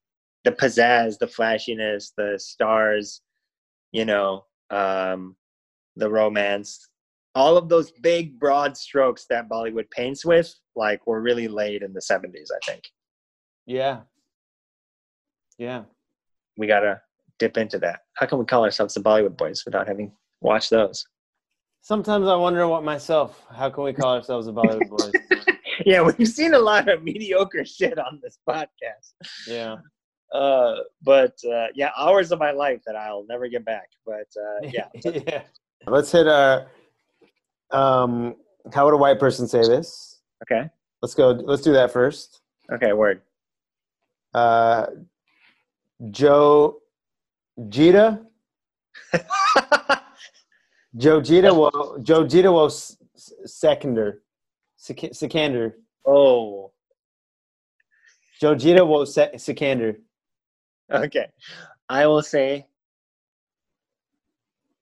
the pizzazz the flashiness the stars you know um the romance all of those big broad strokes that bollywood paints with like were really laid in the 70s i think
Yeah. Yeah.
we gotta dip into that how can we call ourselves the bollywood boys without having watched those
Sometimes I wonder what myself. How can we call ourselves a Bollywood boys?
yeah, we've seen a lot of mediocre shit on this podcast.
Yeah.
Uh, but uh, yeah, hours of my life that I'll never get back. But uh, yeah,
yeah.
Let's hit our. Um,
How would a white person say this?
okay,
Let's go. Let's do that first.
okay, word.
Uh, Joe Jita. Joe Jita will. Joe Jita will s- s- seconder. Sek- Sekander.
oh,
Joe Jita will se- Sekander.
okay. I will say,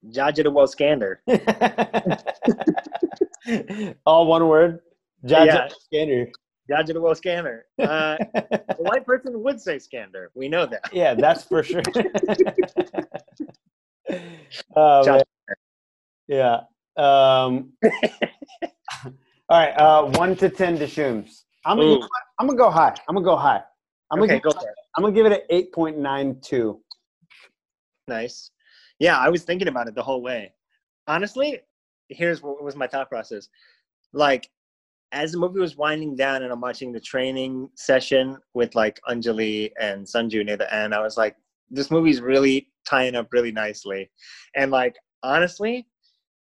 Jajita Wo Scander.
All one word. Ja,
Yeah.
ja, Scander.
Jajita Wo Scanner. Uh, a white person would say Scander. We know that.
Yeah, that's for sure. Oh,
Ja-
man. yeah. Um, all right. Uh, one to ten Dishrooms. I'm gonna, you
Ooh.
know what? I'm gonna go high. I'm gonna go high. I'm gonna
okay,
give,
go for it.
I'm gonna give it an eight point nine two.
Nice. Yeah, I was thinking about it the whole way. Honestly, here's what was my thought process. Like, as the movie was winding down and I'm watching the training session with like Anjali and Sanju near the end, I was like, this movie's really tying up really nicely. And like, honestly,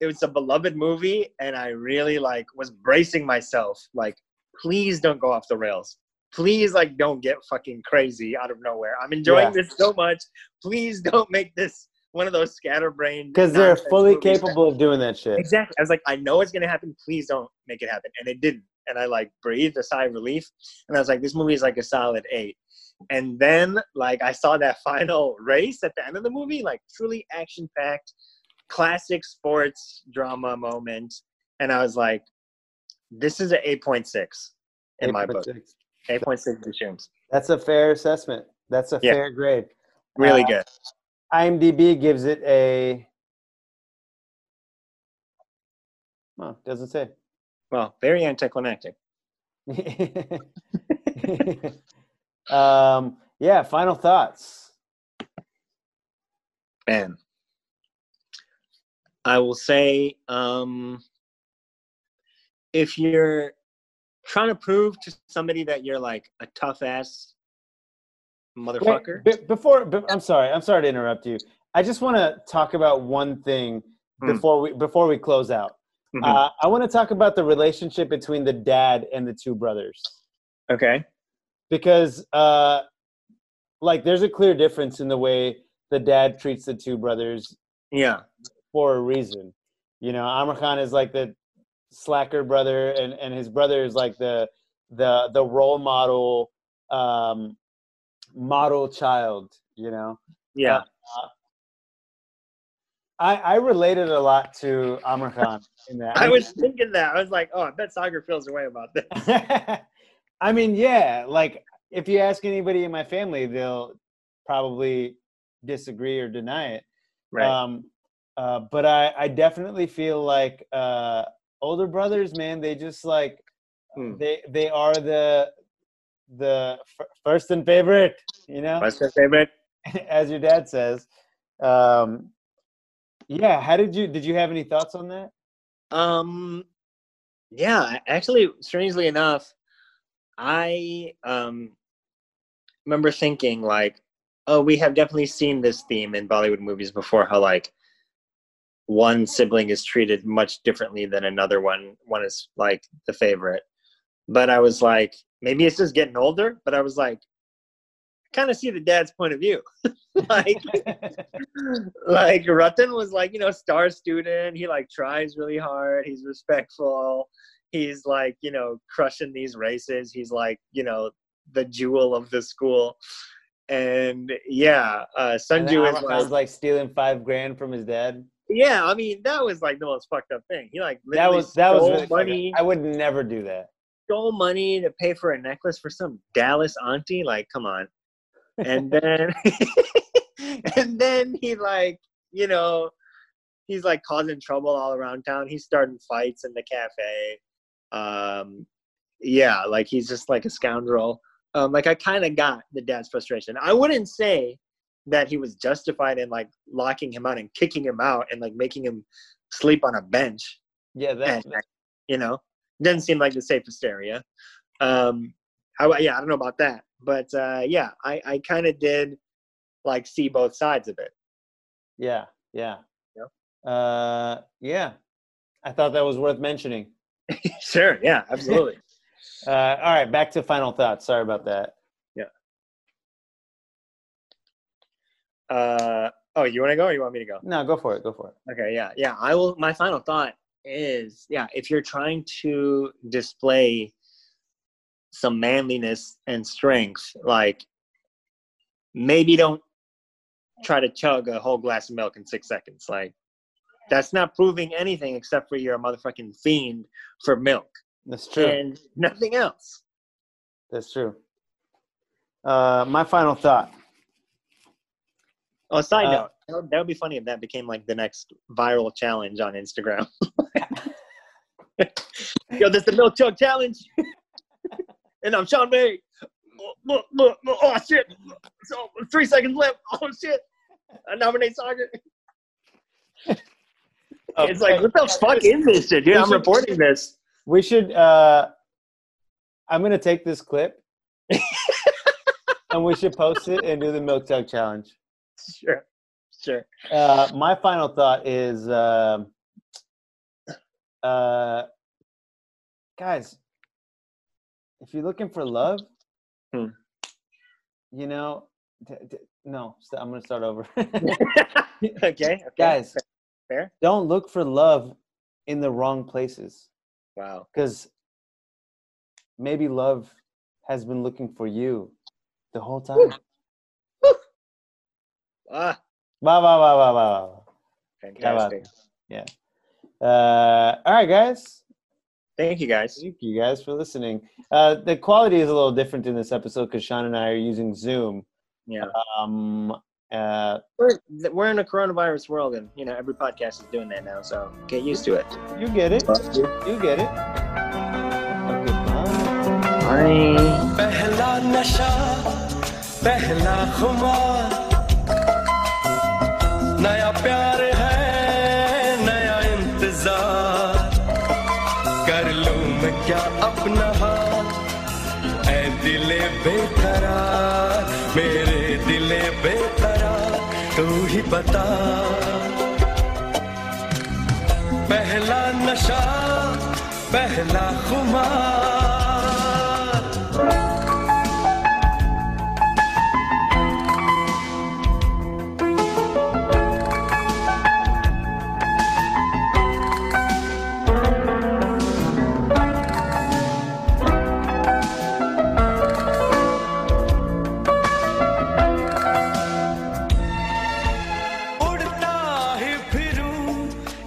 it was a beloved movie and I really like was bracing myself. Like, please don't go off the rails. Please like don't get fucking crazy out of nowhere. I'm enjoying
Yeah.
this so much please don't make this one of those scatterbrained
Because they're
nonsense
fully
movies that-
capable of doing that shit.
exactly i was like i know it's gonna happen please don't make it happen and it didn't and i like breathed a sigh of relief and i was like this movie is like a solid eight and then like i saw that final race at the end of the movie like truly action packed classic sports drama moment and i was like this is an 8.6 in my book
8.6.
8.6 Dishrooms.
That's a fair assessment. That's a
Yeah.
fair grade.
really
Uh,
good
IMDb gives it a. Oh, doesn't say.
well very anticlimactic
um, yeah, final thoughts.
man i will say um if you're trying to prove to somebody that you're like a tough ass motherfucker
Wait, be- before, be- I'm sorry. I'm sorry to interrupt you. I just want to talk about one thing
Hmm.
before we before we close out.
Mhm.
Uh, I want to talk about the relationship between the dad and the two brothers
okay
because, uh, like, there's a clear difference in the way the dad treats the two brothers
yeah
for a reason. You know, Amr Khan is like the slacker brother, and, and his brother is like the the the role model um, model child. You know, uh,
yeah
I I related a lot to Amr Khan in that.
i was thinking that i was like oh i bet sagar feels a way about that
I mean, yeah, like if you ask anybody in my family, they'll probably disagree or deny it.
right
Um, uh, but I, I definitely feel like uh, older brothers, man, they just like
Hmm.
they they are the the f- first and favorite, you know,
What's your favorite?
as your dad says. Um, yeah, how did you did you have any thoughts on that?
Um, yeah, actually, strangely enough, I um, remember thinking like, oh, we have definitely seen this theme in Bollywood movies before. How like one sibling is treated much differently than another one. One is like the favorite, but I was like, maybe it's just getting older. But I was like, kind of see the dad's point of view, like like Ratan was like, you know, star student. He like tries really hard. He's respectful. He's like, you know, crushing these races. He's like, you know, the jewel of the school. And yeah, uh
And then
Sunju is
Amar
like,
Khan's like stealing five grand from his dad.
yeah, I mean, that was like the most fucked up thing. He like
That
literally
was that was
stole
really fucked up.
money,
I would never do that.
stole money to pay for a necklace for some Dallas auntie. Like, come on. And then and then he like, you know, he's like causing trouble all around town. He's starting fights in the cafe. Um yeah, like he's just like a scoundrel. Um like I kinda got the dad's frustration. I wouldn't say that he was justified in like locking him out and kicking him out and like making him sleep on a bench
Yeah, that,
and, you know, doesn't seem like the safest area. Um, I, yeah, I don't know about that, but uh, yeah, I, I kind of did like see both sides of it.
yeah, yeah, Uh, yeah. I thought that was worth mentioning.
sure, yeah, absolutely.
Uh, all right, back to final thoughts. Sorry about that.
uh, oh, you want to go or you want me to go?
No, go for it. Go for it.
Okay, yeah, yeah. I will. My final thought is, yeah, if you're trying to display some manliness and strength, like maybe don't try to chug a whole glass of milk in six seconds. Like that's not proving anything except for you're a motherfucking fiend for milk
That's true.
and nothing else.
That's true. Uh, my final thought.
Oh, side
Uh,
note, that would, that would be funny if that became like the next viral challenge on Instagram. Yo, this the milk jug challenge, and I'm Sean May. Look, look, look, look, oh shit! So three seconds left. Oh shit! I nominate Sagar.
Oh,
it's like, what the fuck is this shit, dude?
we
I'm
should-
reporting this.
We should. Uh, I'm gonna take this clip, and we should post it and do the milk tug challenge.
Sure, sure.
Uh, my final thought is, um uh, guys, if you're looking for love,
Hmm.
you know, d- d- no, st- I'm gonna start over.
okay, okay,
guys,
fair.
don't look for love in the wrong places,
Wow.
because maybe love has been looking for you the whole time.
Ah,
Bah, bah, bah, bah, bah, bah.
fantastic.
bah. Uh, all right, guys.
Thank you guys.
Thank you guys for listening. Uh, the quality is a little different in this episode because Sean and I are using Zoom.
Yeah.
Um, uh,
we're, th- we're in a coronavirus world and you know every podcast is doing that now so get used to it
you get it. You get it. Have a good time.
Bye.
पहला नशा पहला खुमार नया प्यार है नया इंतजार कर लूं मैं क्या अपना हाथ ऐ दिले बेकरार मेरे दिले बेकरार तू ही बता पहला नशा पहला खुमार उड़ता ही फिरूं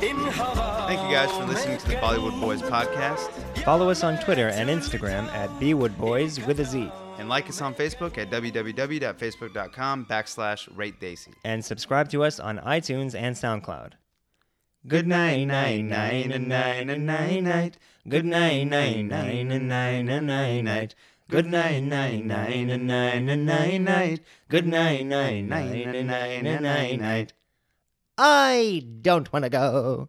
इन हवाओं
Thank you guys for listening to the Bollywood Boys podcast.
Follow us on Twitter and Instagram at bwoodboys with a Z.
And like us on Facebook at www.facebook.com backslash ratedaisy.
And subscribe to us on iTunes and SoundCloud.
Good night, night, night, and night, and night, night. Good night, night, night, and night, and night, night. Good night, night, night, and night, and night, night. Good night, night, night, and night, and night, night. I don't want to go.